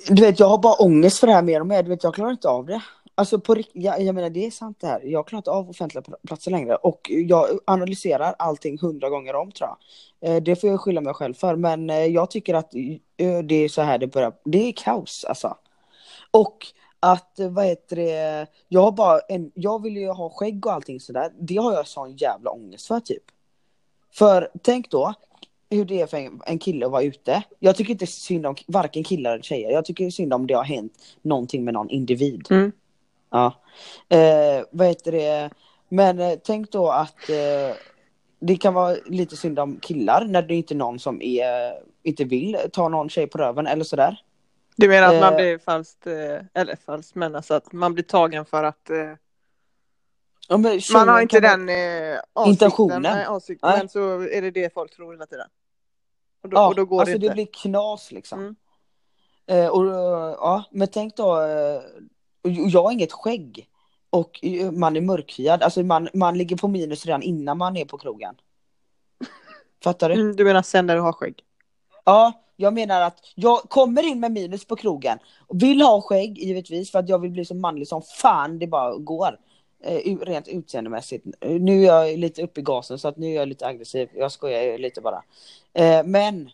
A: du vet, jag har bara ångest för det här mer och mer. Du vet, jag klarar inte av det. Alltså på rikt- jag, jag menar det är sant det här. Jag klarar inte av offentliga pl- platser längre. Och jag analyserar allting hundra gånger om tror jag. Eh, Det får jag skylla mig själv för. Men eh, jag tycker att eh, det är så här det börjar. Det är kaos alltså. Och att, eh, vad heter det, jag har bara en, jag vill ju ha skägg och allting sådär. Det har jag sån jävla ångest för typ. För tänk då hur det är för en, en kille att vara ute. Jag tycker inte synd om varken killar eller tjejer. Jag tycker synd om det har hänt någonting med någon individ.
B: Mm.
A: Ja. Eh, vad heter det? Men eh, tänk då att eh, det kan vara lite synd om killar när det inte är någon som är, eh, inte vill ta någon tjej på röven eller sådär.
B: Du menar att man
A: Eh.
B: blir falskt, eh, eller falskt men alltså att man blir tagen för att eh,
A: Ja, men
B: man
A: tjejer
B: har inte
A: kan vara-
B: den eh, avsikten,
A: Intentionen.
B: Nej, avsikten
A: Nej.
B: men så är det det folk tror hela tiden. Och då,
A: Ja,
B: och då går
A: alltså
B: det
A: det,
B: inte.
A: blir knas liksom.
B: Mm.
A: Eh, och, eh, ja, men tänk då, eh, och jag har inget skägg. Och eh, man är mörkhyad, alltså man, man ligger på minus redan innan man är på krogen. Fattar du?
B: Mm, du menar sen när du har skägg?
A: Ja, jag menar att jag kommer in med minus på krogen. Vill ha skägg givetvis för att jag vill bli så manlig som fan det bara går. Eh, u- rent utseendemässigt. Eh, Nu är jag lite uppe i gasen så att nu är jag lite aggressiv. Jag skojar ju lite bara. Eh, men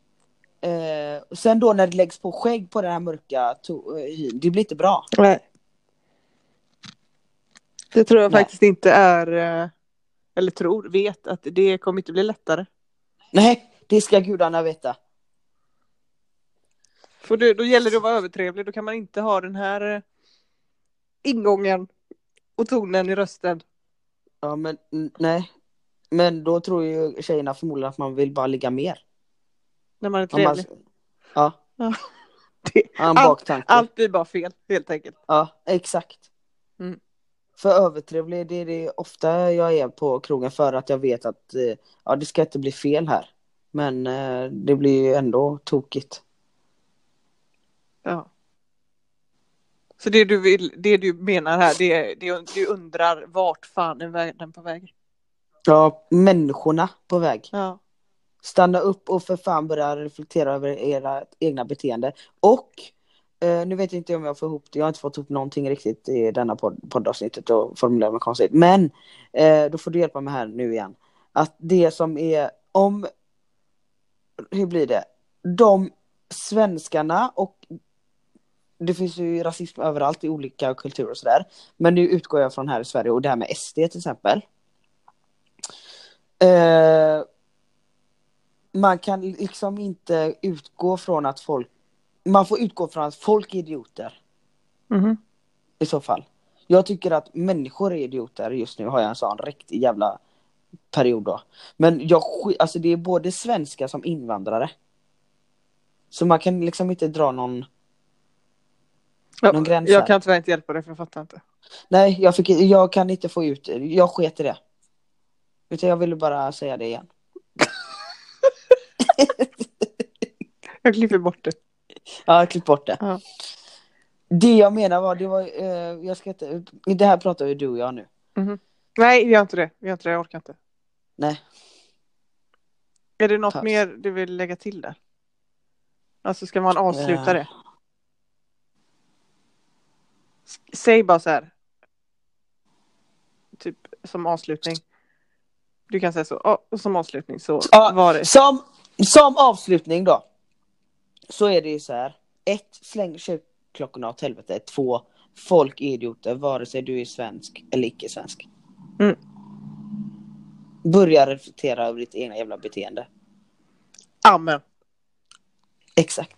A: eh, sen då när det läggs på skägg på den här mörka to- eh, hyn, det blir inte bra.
B: Nej. Det tror jag
A: Nej.
B: faktiskt inte är, eh, eller tror, vet att det kommer inte bli lättare.
A: Nej, det ska gudarna veta.
B: För då, då gäller det att vara övertrevlig, då kan man inte ha den här eh, ingången och tonen i rösten.
A: Ja men n- nej. Men då tror ju tjejerna förmodligen att man vill bara ligga mer.
B: När man är
A: Om man-
B: trevlig.
A: Ja.
B: Ja.
A: Det är en
B: Allt-
A: baktanke.
B: Allt blir bara fel helt enkelt.
A: Ja, exakt.
B: Mm.
A: För övertrevlig, det är det ofta jag är på krogen för att jag vet att eh, ja, det ska inte bli fel här. Men eh, det blir ju ändå tokigt.
B: Ja. Så det du, vill, det du menar här, det, det du undrar vart fan är världen på väg?
A: Ja, människorna på väg.
B: Ja.
A: Stanna upp och för fan börja reflektera över era egna beteende. Och eh, nu vet jag inte om jag får ihop det, jag har inte fått ihop någonting riktigt i denna podd, poddavsnittet och formulera mig konstigt. Men eh, då får du hjälpa mig här nu igen. Att det som är om, hur blir det? De svenskarna och det finns ju rasism överallt i olika kulturer och sådär. Men nu utgår jag från här i Sverige och det här med SD till exempel. Eh, man kan liksom inte utgå från att folk... Man får utgå från att folk är idioter
B: Mm-hmm.
A: i så fall. Jag tycker att människor är idioter just nu, har jag en sån riktig jävla period då. Men jag sk- alltså det är både svenskar som invandrare. Så man kan liksom inte dra någon...
B: Ja,
A: Någon gräns
B: jag
A: här?
B: kan tyvärr inte hjälpa dig för jag fattar inte.
A: Nej, jag, fick, jag kan inte få ut... Jag sket i det. Utan jag ville bara säga det igen.
B: Jag klipper bort det.
A: Ja, klipp bort det.
B: Ja.
A: Det jag menar var, det var... Eh, jag ska inte... Det här pratar ju du och jag nu.
B: Nej, vi gör inte det. Vi gör inte det. Jag orkar inte.
A: Nej.
B: Är det något
A: Paus.
B: mer du vill lägga till där? Alltså ska man avsluta
A: Ja.
B: det? S- Säg bara så här. Typ som avslutning. Du kan säga så. Ja, och som avslutning så
A: Ja,
B: var det.
A: Som, som avslutning då. Så är det ju så här. Ett, släng kyrkklockorna åt helvete. Två, folk är idioter vare sig du är svensk eller icke svensk.
B: Mm.
A: Börja reflektera över ditt egna jävla beteende.
B: Amen.
A: Exakt.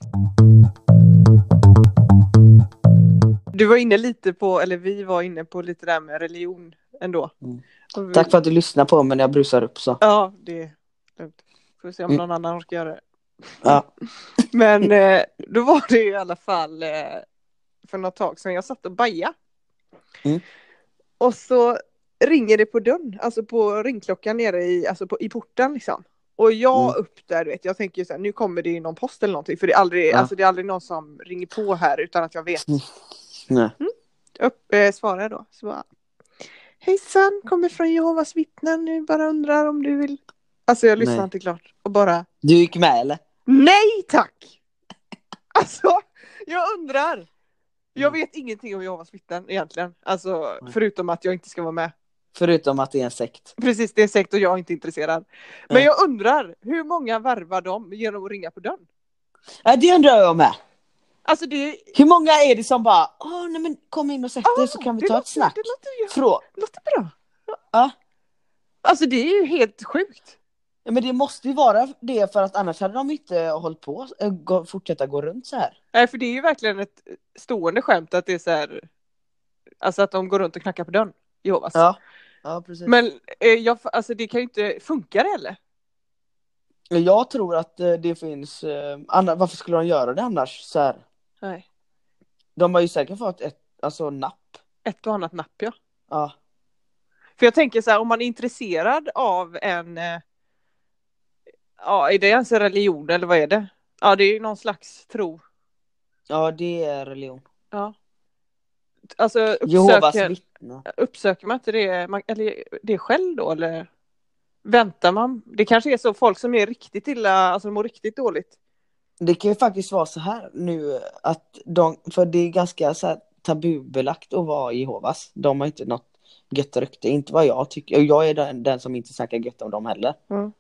B: Du var inne lite på, eller vi var inne på lite där med religion ändå.
A: Mm.
B: Och vi-
A: Tack för att du lyssnar på mig när jag brusar upp så.
B: Ja, det är lugnt. Får vi se om
A: Mm.
B: någon annan orkar göra det.
A: Ja.
B: Men eh, då var det i alla fall eh, för något tag sedan jag satt och baja.
A: Mm.
B: Och så ringer det på dörren, alltså på ringklockan nere i, alltså på, i porten liksom. Och jag
A: Mm.
B: upp där, du vet, jag tänker ju så här, nu kommer det ju någon post eller någonting. För det är, aldrig,
A: Ja.
B: alltså, det är aldrig någon som ringer på här utan att jag vet
A: Mm. Nej.
B: upp, eh, svarar då. Så bara, Hejsan, kommer från Jehovas vittnen nu, bara undrar om du vill. Alltså jag lyssnade
A: Nej.
B: inte klart och bara
A: Du gick med eller?
B: Nej tack! Alltså jag undrar. Jag vet ingenting om Jehovas vittnen egentligen. Alltså
A: Mm. Nej.
B: förutom att jag inte ska vara med.
A: Förutom att det är en sekt.
B: Precis, det är en sekt och jag är inte intresserad. Men
A: Nej.
B: jag undrar, hur många värvar de genom att ringa på dörren?
A: Ja, det undrar jag med.
B: Alltså det...
A: Hur många är det som bara Åh, nej men kom in och sätt dig så kan vi
B: Ah, det
A: ta ett
B: låter-
A: snack.
B: Det låter, ju-
A: Frå
B: låter bra.
A: Ja.
B: Alltså det är ju helt sjukt.
A: ja, men det måste ju vara det för att annars hade de inte hållit på eh, gå, fortsätta gå runt så här.
B: Nej för det är ju verkligen ett stående skämt att det är så här. Alltså att de går runt och knackar på dörren. Jehovas.
A: Ja, ja precis.
B: Men eh, jag, alltså det kan ju inte funka det heller.
A: Jag tror att eh, det finns, eh, anna- varför skulle de göra det annars? Så här.
B: Nej.
A: De har ju säkert fått ett alltså, napp.
B: Ett och annat napp ja.
A: Ja.
B: För jag tänker så här, om man är intresserad av en... eh, Ja, är det ens en religion eller vad är det? Ja, det är ju någon slags tro.
A: ja, det är religion.
B: Ja. Alltså
A: Jehovas
B: uppsöker,
A: vittnen.
B: uppsöker man inte det, man, eller det själv då eller? Väntar man? Det kanske är så folk som är riktigt illa, alltså mår riktigt dåligt.
A: Det kan ju faktiskt vara så här nu eh, att de, för det är ganska så här, tabubelagt att vara Jehovas. De har inte något gött rykte, inte vad jag tycker. Och Jag är den, den som inte snackar gött om dem heller.
B: Mm.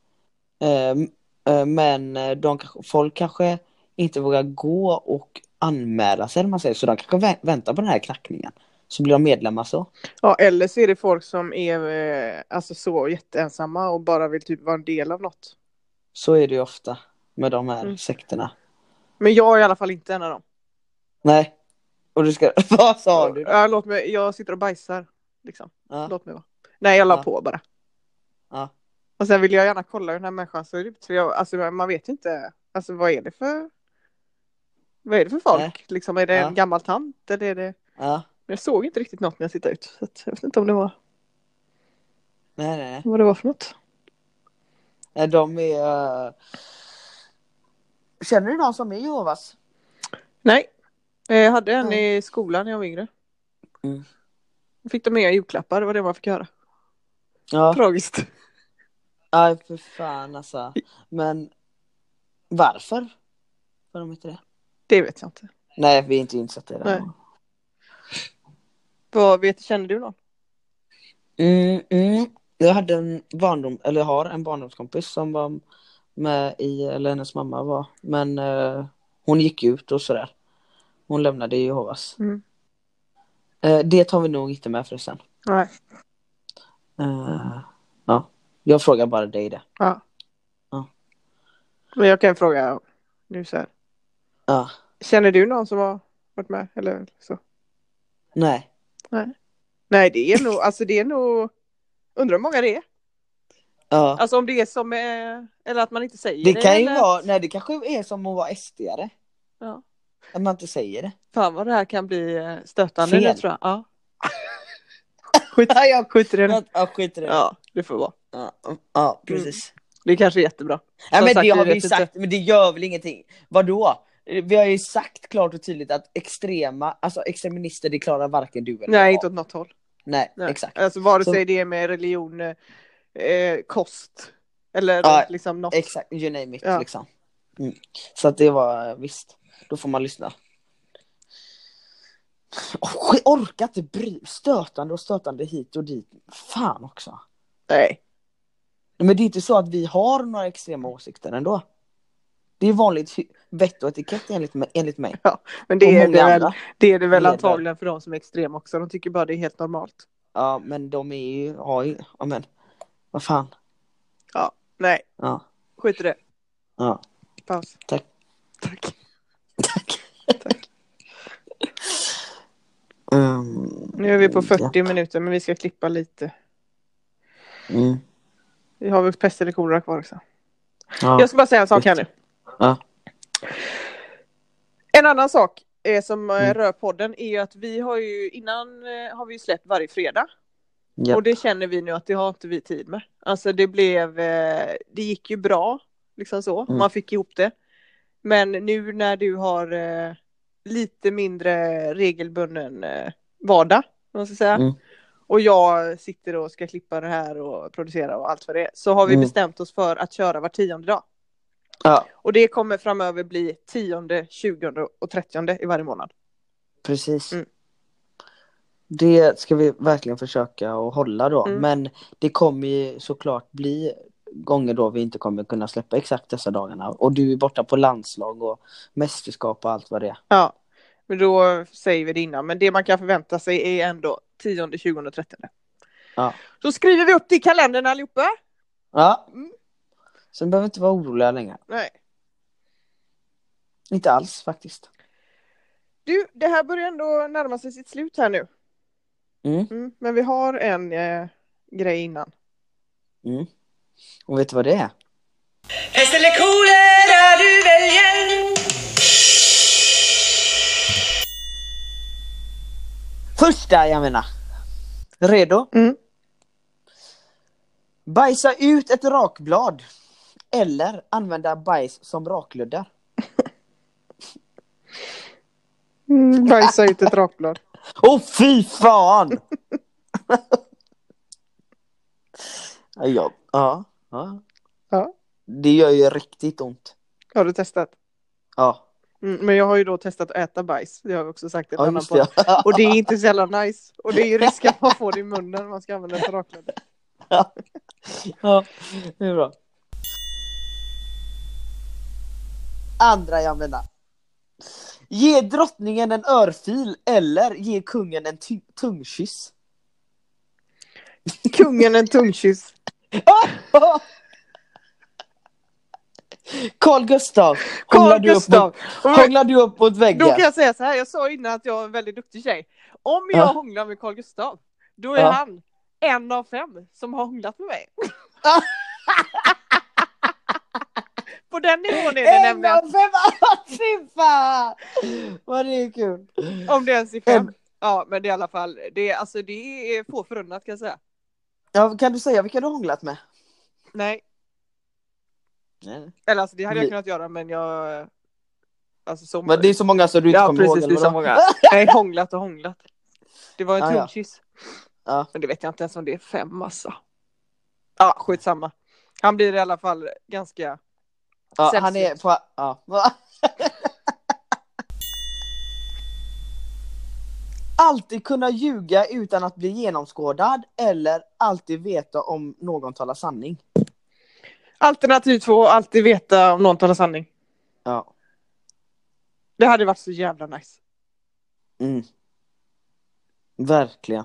A: Ehm, eh, men eh, de, kanske- folk kanske inte vågar gå och anmäla sig, eller man säger. så de kanske vä- väntar på den här knackningen. Så blir de medlemmar så.
B: Ja, eller så är det folk som är eh, alltså så jätteensamma och bara vill typ vara en del av något.
A: Så är det ju ofta med de här
B: Mm.
A: sekterna.
B: Men jag är i alla fall inte en av dem.
A: Nej. Och du ska... vad sa du?
B: Ja, låt mig, jag sitter och bajsar. Liksom.
A: Ja.
B: Låt mig vara. Nej, jag la
A: Ja.
B: på bara.
A: Ja.
B: Och sen vill jag gärna kolla hur den här människan ser ut. För jag, alltså, man vet ju inte. Alltså vad är det för... Vad är det för folk?
A: Nej.
B: Liksom, är det
A: Ja.
B: en gammal tant? Eller är det...
A: ja.
B: Jag såg inte riktigt något när jag tittade ut. Så att jag vet inte om det var
A: Nej, nej, nej.
B: vad det var för något.
A: nej. De är... eh, Känner du någon som är Jehovas?
B: Nej. Eh, Jag hade en i skolan när jag var yngre.
A: Mm.
B: Fick de med julklappar, det var det man fick höra.
A: Ja.
B: Tragiskt.
A: Aj, för fan alltså. Men varför? Var de inte det?
B: Det vet jag inte.
A: Nej, vi är inte insatta i det.
B: Nej. Vad vet, känner du någon?
A: Mm, mm. Jag hade en barndom, eller jag har en barndomskompis som var med i, eller hennes mamma var, men eh, hon gick ut och sådär. Hon lämnade Jehovas.
B: Mm.
A: Eh, det tar vi nog inte med förresten.
B: Nej.
A: Eh, ja, jag frågar bara dig det.
B: Ja.
A: Ja.
B: Men jag kan fråga nu så här.
A: Ja,
B: Känner du någon som har varit med eller så?
A: nej.
B: Nej, det är nog, alltså det är nog, undrar hur många det är.
A: Ja.
B: Alltså om det är som, eh, eller att man inte säger
A: Det kan ju
B: eller...
A: vara, nej det kanske är som att vara SD-are.
B: Ja.
A: Att man inte säger det.
B: Fan vad det här kan bli eh, stötande
A: Fel.
B: nu tror jag. Ja. Skit, skit i det. nu.
A: Ja, skit i det.
B: Ja, det får vara.
A: Ja, ja precis.
B: Det kanske är jättebra.
A: Ja,
B: Som
A: men
B: sagt,
A: det
B: vi
A: har vi ju
B: vet
A: sagt, men det gör väl ingenting. Vadå? Vi har ju sagt klart och tydligt att extrema, alltså extremister det klarar varken du eller
B: Nej,
A: jag.
B: inte åt något håll.
A: Nej,
B: Nej.
A: exakt.
B: Alltså vare
A: Så-
B: sig det är med religion, eh, kost eller
A: Ja,
B: liksom något.
A: Exakt, you name it
B: Ja.
A: liksom. Mm. Så att det var, visst, då får man lyssna. Oh, jag orkar inte bry, stötande och stötande hit och dit. Fan också.
B: Nej.
A: Men det är inte så att vi har några extrema åsikter ändå. Det är vanligt hy- vett och etikett enligt, mig- enligt mig.
B: Men
A: och
B: det är
A: många
B: det, väl,
A: andra.
B: det är det väl
A: Medlem.
B: antagligen för de som är extrema också. De tycker bara det är helt normalt.
A: Ja, men de är ju, har ju, ja men, vad fan.
B: Nej,
A: Ja,
B: skit i det.
A: ja,
B: Paus.
A: Tack.
B: Tack.
A: tack. Mm,
B: Nu är vi på
A: ja,
B: 40 minuter men vi ska klippa lite.
A: mm,
B: Vi har väl pest eller kolera kvar också.
A: ja.
B: Jag ska bara säga en sak här nu.
A: Ja.
B: En annan sak eh, som eh,
A: Mm.
B: rör podden är ju att vi har ju innan eh, har vi ju släppt varje fredag.
A: Japp.
B: Och det känner vi nu att det har inte vi tid med. Alltså det blev, eh, det gick ju bra, liksom så,
A: Mm.
B: man fick ihop det. Men nu när du har eh, lite mindre regelbunden eh, vardag, om man ska säga.
A: Mm.
B: Och jag sitter och ska klippa det här och producera och allt vad det är. Så har vi
A: Mm.
B: bestämt oss för att köra var tionde dag.
A: ja,
B: Och det kommer framöver bli tionde, tjugonde och trettionde i varje månad.
A: precis.
B: Mm.
A: Det ska vi verkligen försöka att hålla då,
B: Mm.
A: men det kommer ju såklart bli gånger då vi inte kommer kunna släppa exakt dessa dagarna. Och du är borta på landslag och mästerskap och allt vad det är.
B: Ja, men då säger vi det innan. Men det man kan förvänta sig är ändå 10, 20 och 13.
A: Ja.
B: Så skriver vi upp det i kalendern allihopa.
A: Ja.
B: Mm.
A: Så ni behöver inte vara oroliga längre.
B: Nej.
A: Inte alls faktiskt.
B: Du, det här börjar ändå närma sig sitt slut här nu.
A: Mm.
B: men vi har en eh, grej innan.
A: Mm. Och vet du vad det är?
C: Pest eller kolera du väljer
A: Första jag menar. Redo?
B: Mm.
A: Bajsa ut ett rakblad. Eller använda bajs som rakluddar.
B: Mm, Bajsa ut ett rakblad.
A: Åh fy fan! ja, ja, ja.
B: Ja.
A: Det gör ju riktigt ont.
B: Har du testat?
A: Ja,
B: Mm, men jag har ju då testat att äta bajs. Det har vi också sagt i en
A: ja
B: annan
A: just
B: podd.
A: det. Ja.
B: Och det är inte så jävla nice. Och det är ju risk att man får det i munnen när man ska använda ett rakblad.
A: ja, det är bra. Andra jag menar. Ge drottningen en örfil eller ge kungen en ty- tungkyss.
B: Kungen en tungkyss.
A: Carl Gustav, hånglar
B: Carl
A: du upp
B: Gustav.
A: mot- hånglar du upp mot väggen?
B: Då kan jag säga så här, jag sa innan att jag är en väldigt duktig tjej. Om jag
A: Ja.
B: hånglar med Carl Gustav, då är
A: Ja.
B: han en av fem som har hånglat med mig. På den nivån är det
A: En
B: nämligen,
A: av fem! Fy fan! Vad det är kul.
B: om det ens är fem.
A: En-
B: Ja, men det är i alla fall, det är, alltså, det är få förunnat kan jag säga.
A: Ja, kan du säga vilka du har hånglat med?
B: Nej,
A: Nej.
B: eller alltså det hade jag
A: Vi-
B: kunnat göra men jag... Alltså så
A: Men det är så många så du inte
B: Ja
A: kommer ihåg.
B: precis, det
A: eller
B: är så
A: vadå?
B: många. Nej, hånglat och hånglat. Det var en
A: Ah, ja.
B: tungkyss.
A: Ja.
B: Men det vet jag inte ens om det är fem alltså. Ja, skitsamma. Han blir i alla fall ganska...
A: Ja,
B: Sämst
A: han är
B: ut.
A: på... Ja. alltid kunna ljuga utan att bli genomskådad eller alltid veta om någon talar sanning.
B: Alternativ två, alltid veta om någon talar sanning.
A: Ja.
B: Det hade varit så jävla nice.
A: Mm. Verkligen.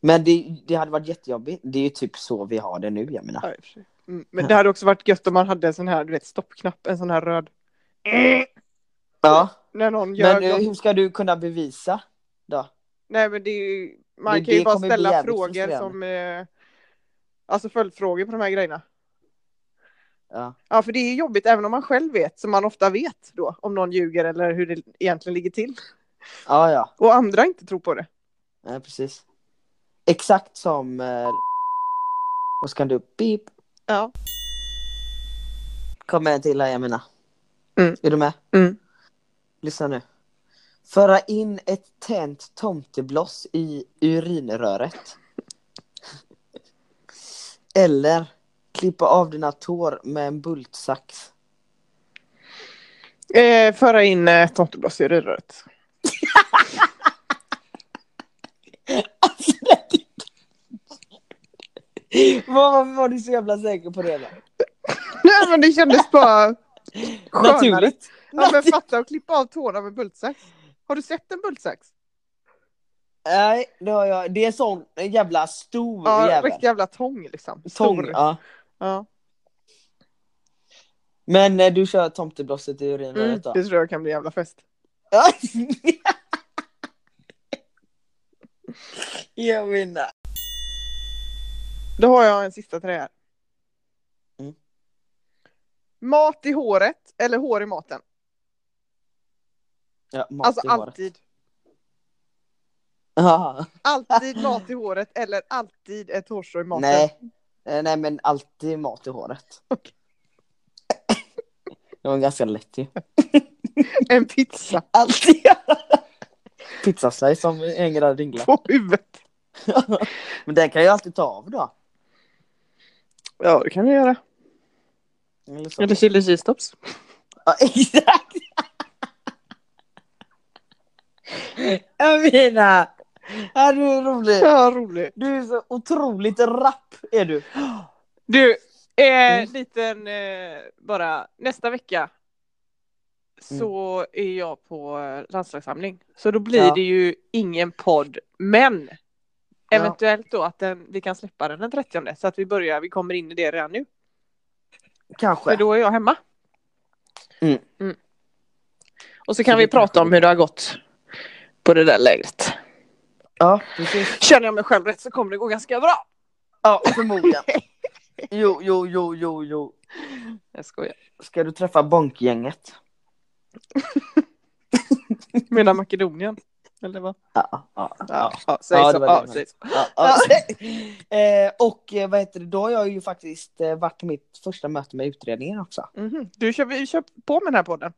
A: Men det, det hade varit jättejobbigt. Det är ju typ så vi har det nu, jag menar.
B: Ja, i och för sig. Mm. Men det hade också varit gött om man hade en sån här, du vet, stoppknapp, en sån här röd.
A: Ja.
B: När någon gör
A: Mm. Men eh,
B: något.
A: hur ska du kunna bevisa då?
B: Nej men det är ju, man
A: Det-
B: kan ju
A: det
B: bara
A: kommer bli
B: ställa
A: jävligt
B: frågor
A: frustrerande.
B: som, eh, alltså följdfrågor på de här grejerna.
A: Ja.
B: Ja, för det är jobbigt även om man själv vet, som man ofta vet då, om någon ljuger eller hur det egentligen ligger till.
A: Ja, ja.
B: Och andra inte tror på det.
A: Nej, precis. Exakt som... eh, Och så kan du... Beep.
B: Ja.
A: Kommer en till här, jag menar.
B: Mm.
A: Är du med?
B: Mm.
A: Lyssna nu. Föra in ett tänt tomtebloss i urinröret. Eller klippa av dina tår med en bultsax.
B: Eh, föra in eh, tomtebloss i röret.
A: Alltså, det- Varför var du så jävla säker på det? då?
B: Nej men det kändes bara skönare.
A: Naturligt.
B: Ja, men fatta att klippa av tårna med bultsax. Har du sett en bultsax?
A: Nej, det har jag. Det är en sån jävla stor
B: Ja,
A: jävel.
B: riktig jävla tång liksom. Stor.
A: Tång, ja.
B: Ja.
A: Men eh, du kör tomteblosset i urinröret
B: Mm,
A: då?
B: det tror jag kan bli jävla fest.
A: Ja. jag vinner.
B: Då har jag en sista till dig här.
A: Mm.
B: Mat i håret eller hår i maten?
A: Ja, mat
B: Alltså
A: i håret.
B: alltid.
A: Ja.
B: Alltid mat i håret eller alltid ett hårstrå i maten.
A: Nej. Eh, Nej men alltid mat i håret.
B: Okej.
A: det var ganska lätt ju.
B: En pizza
A: Alltid. Pizzaslice som hänger där och dinglar.
B: på huvudet.
A: Men den kan jag alltid ta av då.
B: Ja, det kan vi göra.
A: Eller så.
B: Eller chili cheese tops.
A: Ja, exakt! Amina! Ja, du är rolig.
B: Ja, roligt.
A: Du är så otroligt rapp är du.
B: Du, Eh,
A: Mm.
B: Liten eh, bara, nästa vecka så är jag på eh, landslagssamling. Så då blir
A: Mm. Ja.
B: det ju ingen podd, men
A: Ja.
B: eventuellt då att den, vi kan släppa den den 30 så att vi börjar, vi kommer in i det redan nu. För
A: Kanske.
B: då är jag hemma.
A: Mm.
B: Och så
A: Så
B: kan
A: det
B: vi prata
A: kanske
B: om hur det har gått på det där lägret.
A: Ja, precis.
B: Känner jag mig själv rätt så kommer det gå ganska bra.
A: Ja, förmodligen. Jo, jo, jo, jo, jo.
B: Jag skojar.
A: Ska du träffa bankgänget?
B: Menar Makedonien. Eller vad?
A: Ja. ja,
B: Ja, ja, säg
A: Ja,
B: så.
A: det var
B: Ja,
A: det.
B: säg så.
A: ja, ja. Eh, och eh, vad heter det, då har jag ju faktiskt eh, varit på mitt första möte med utredningen också.
B: Mm-hmm. Mhm. Du kör, vi kör på med den här podden.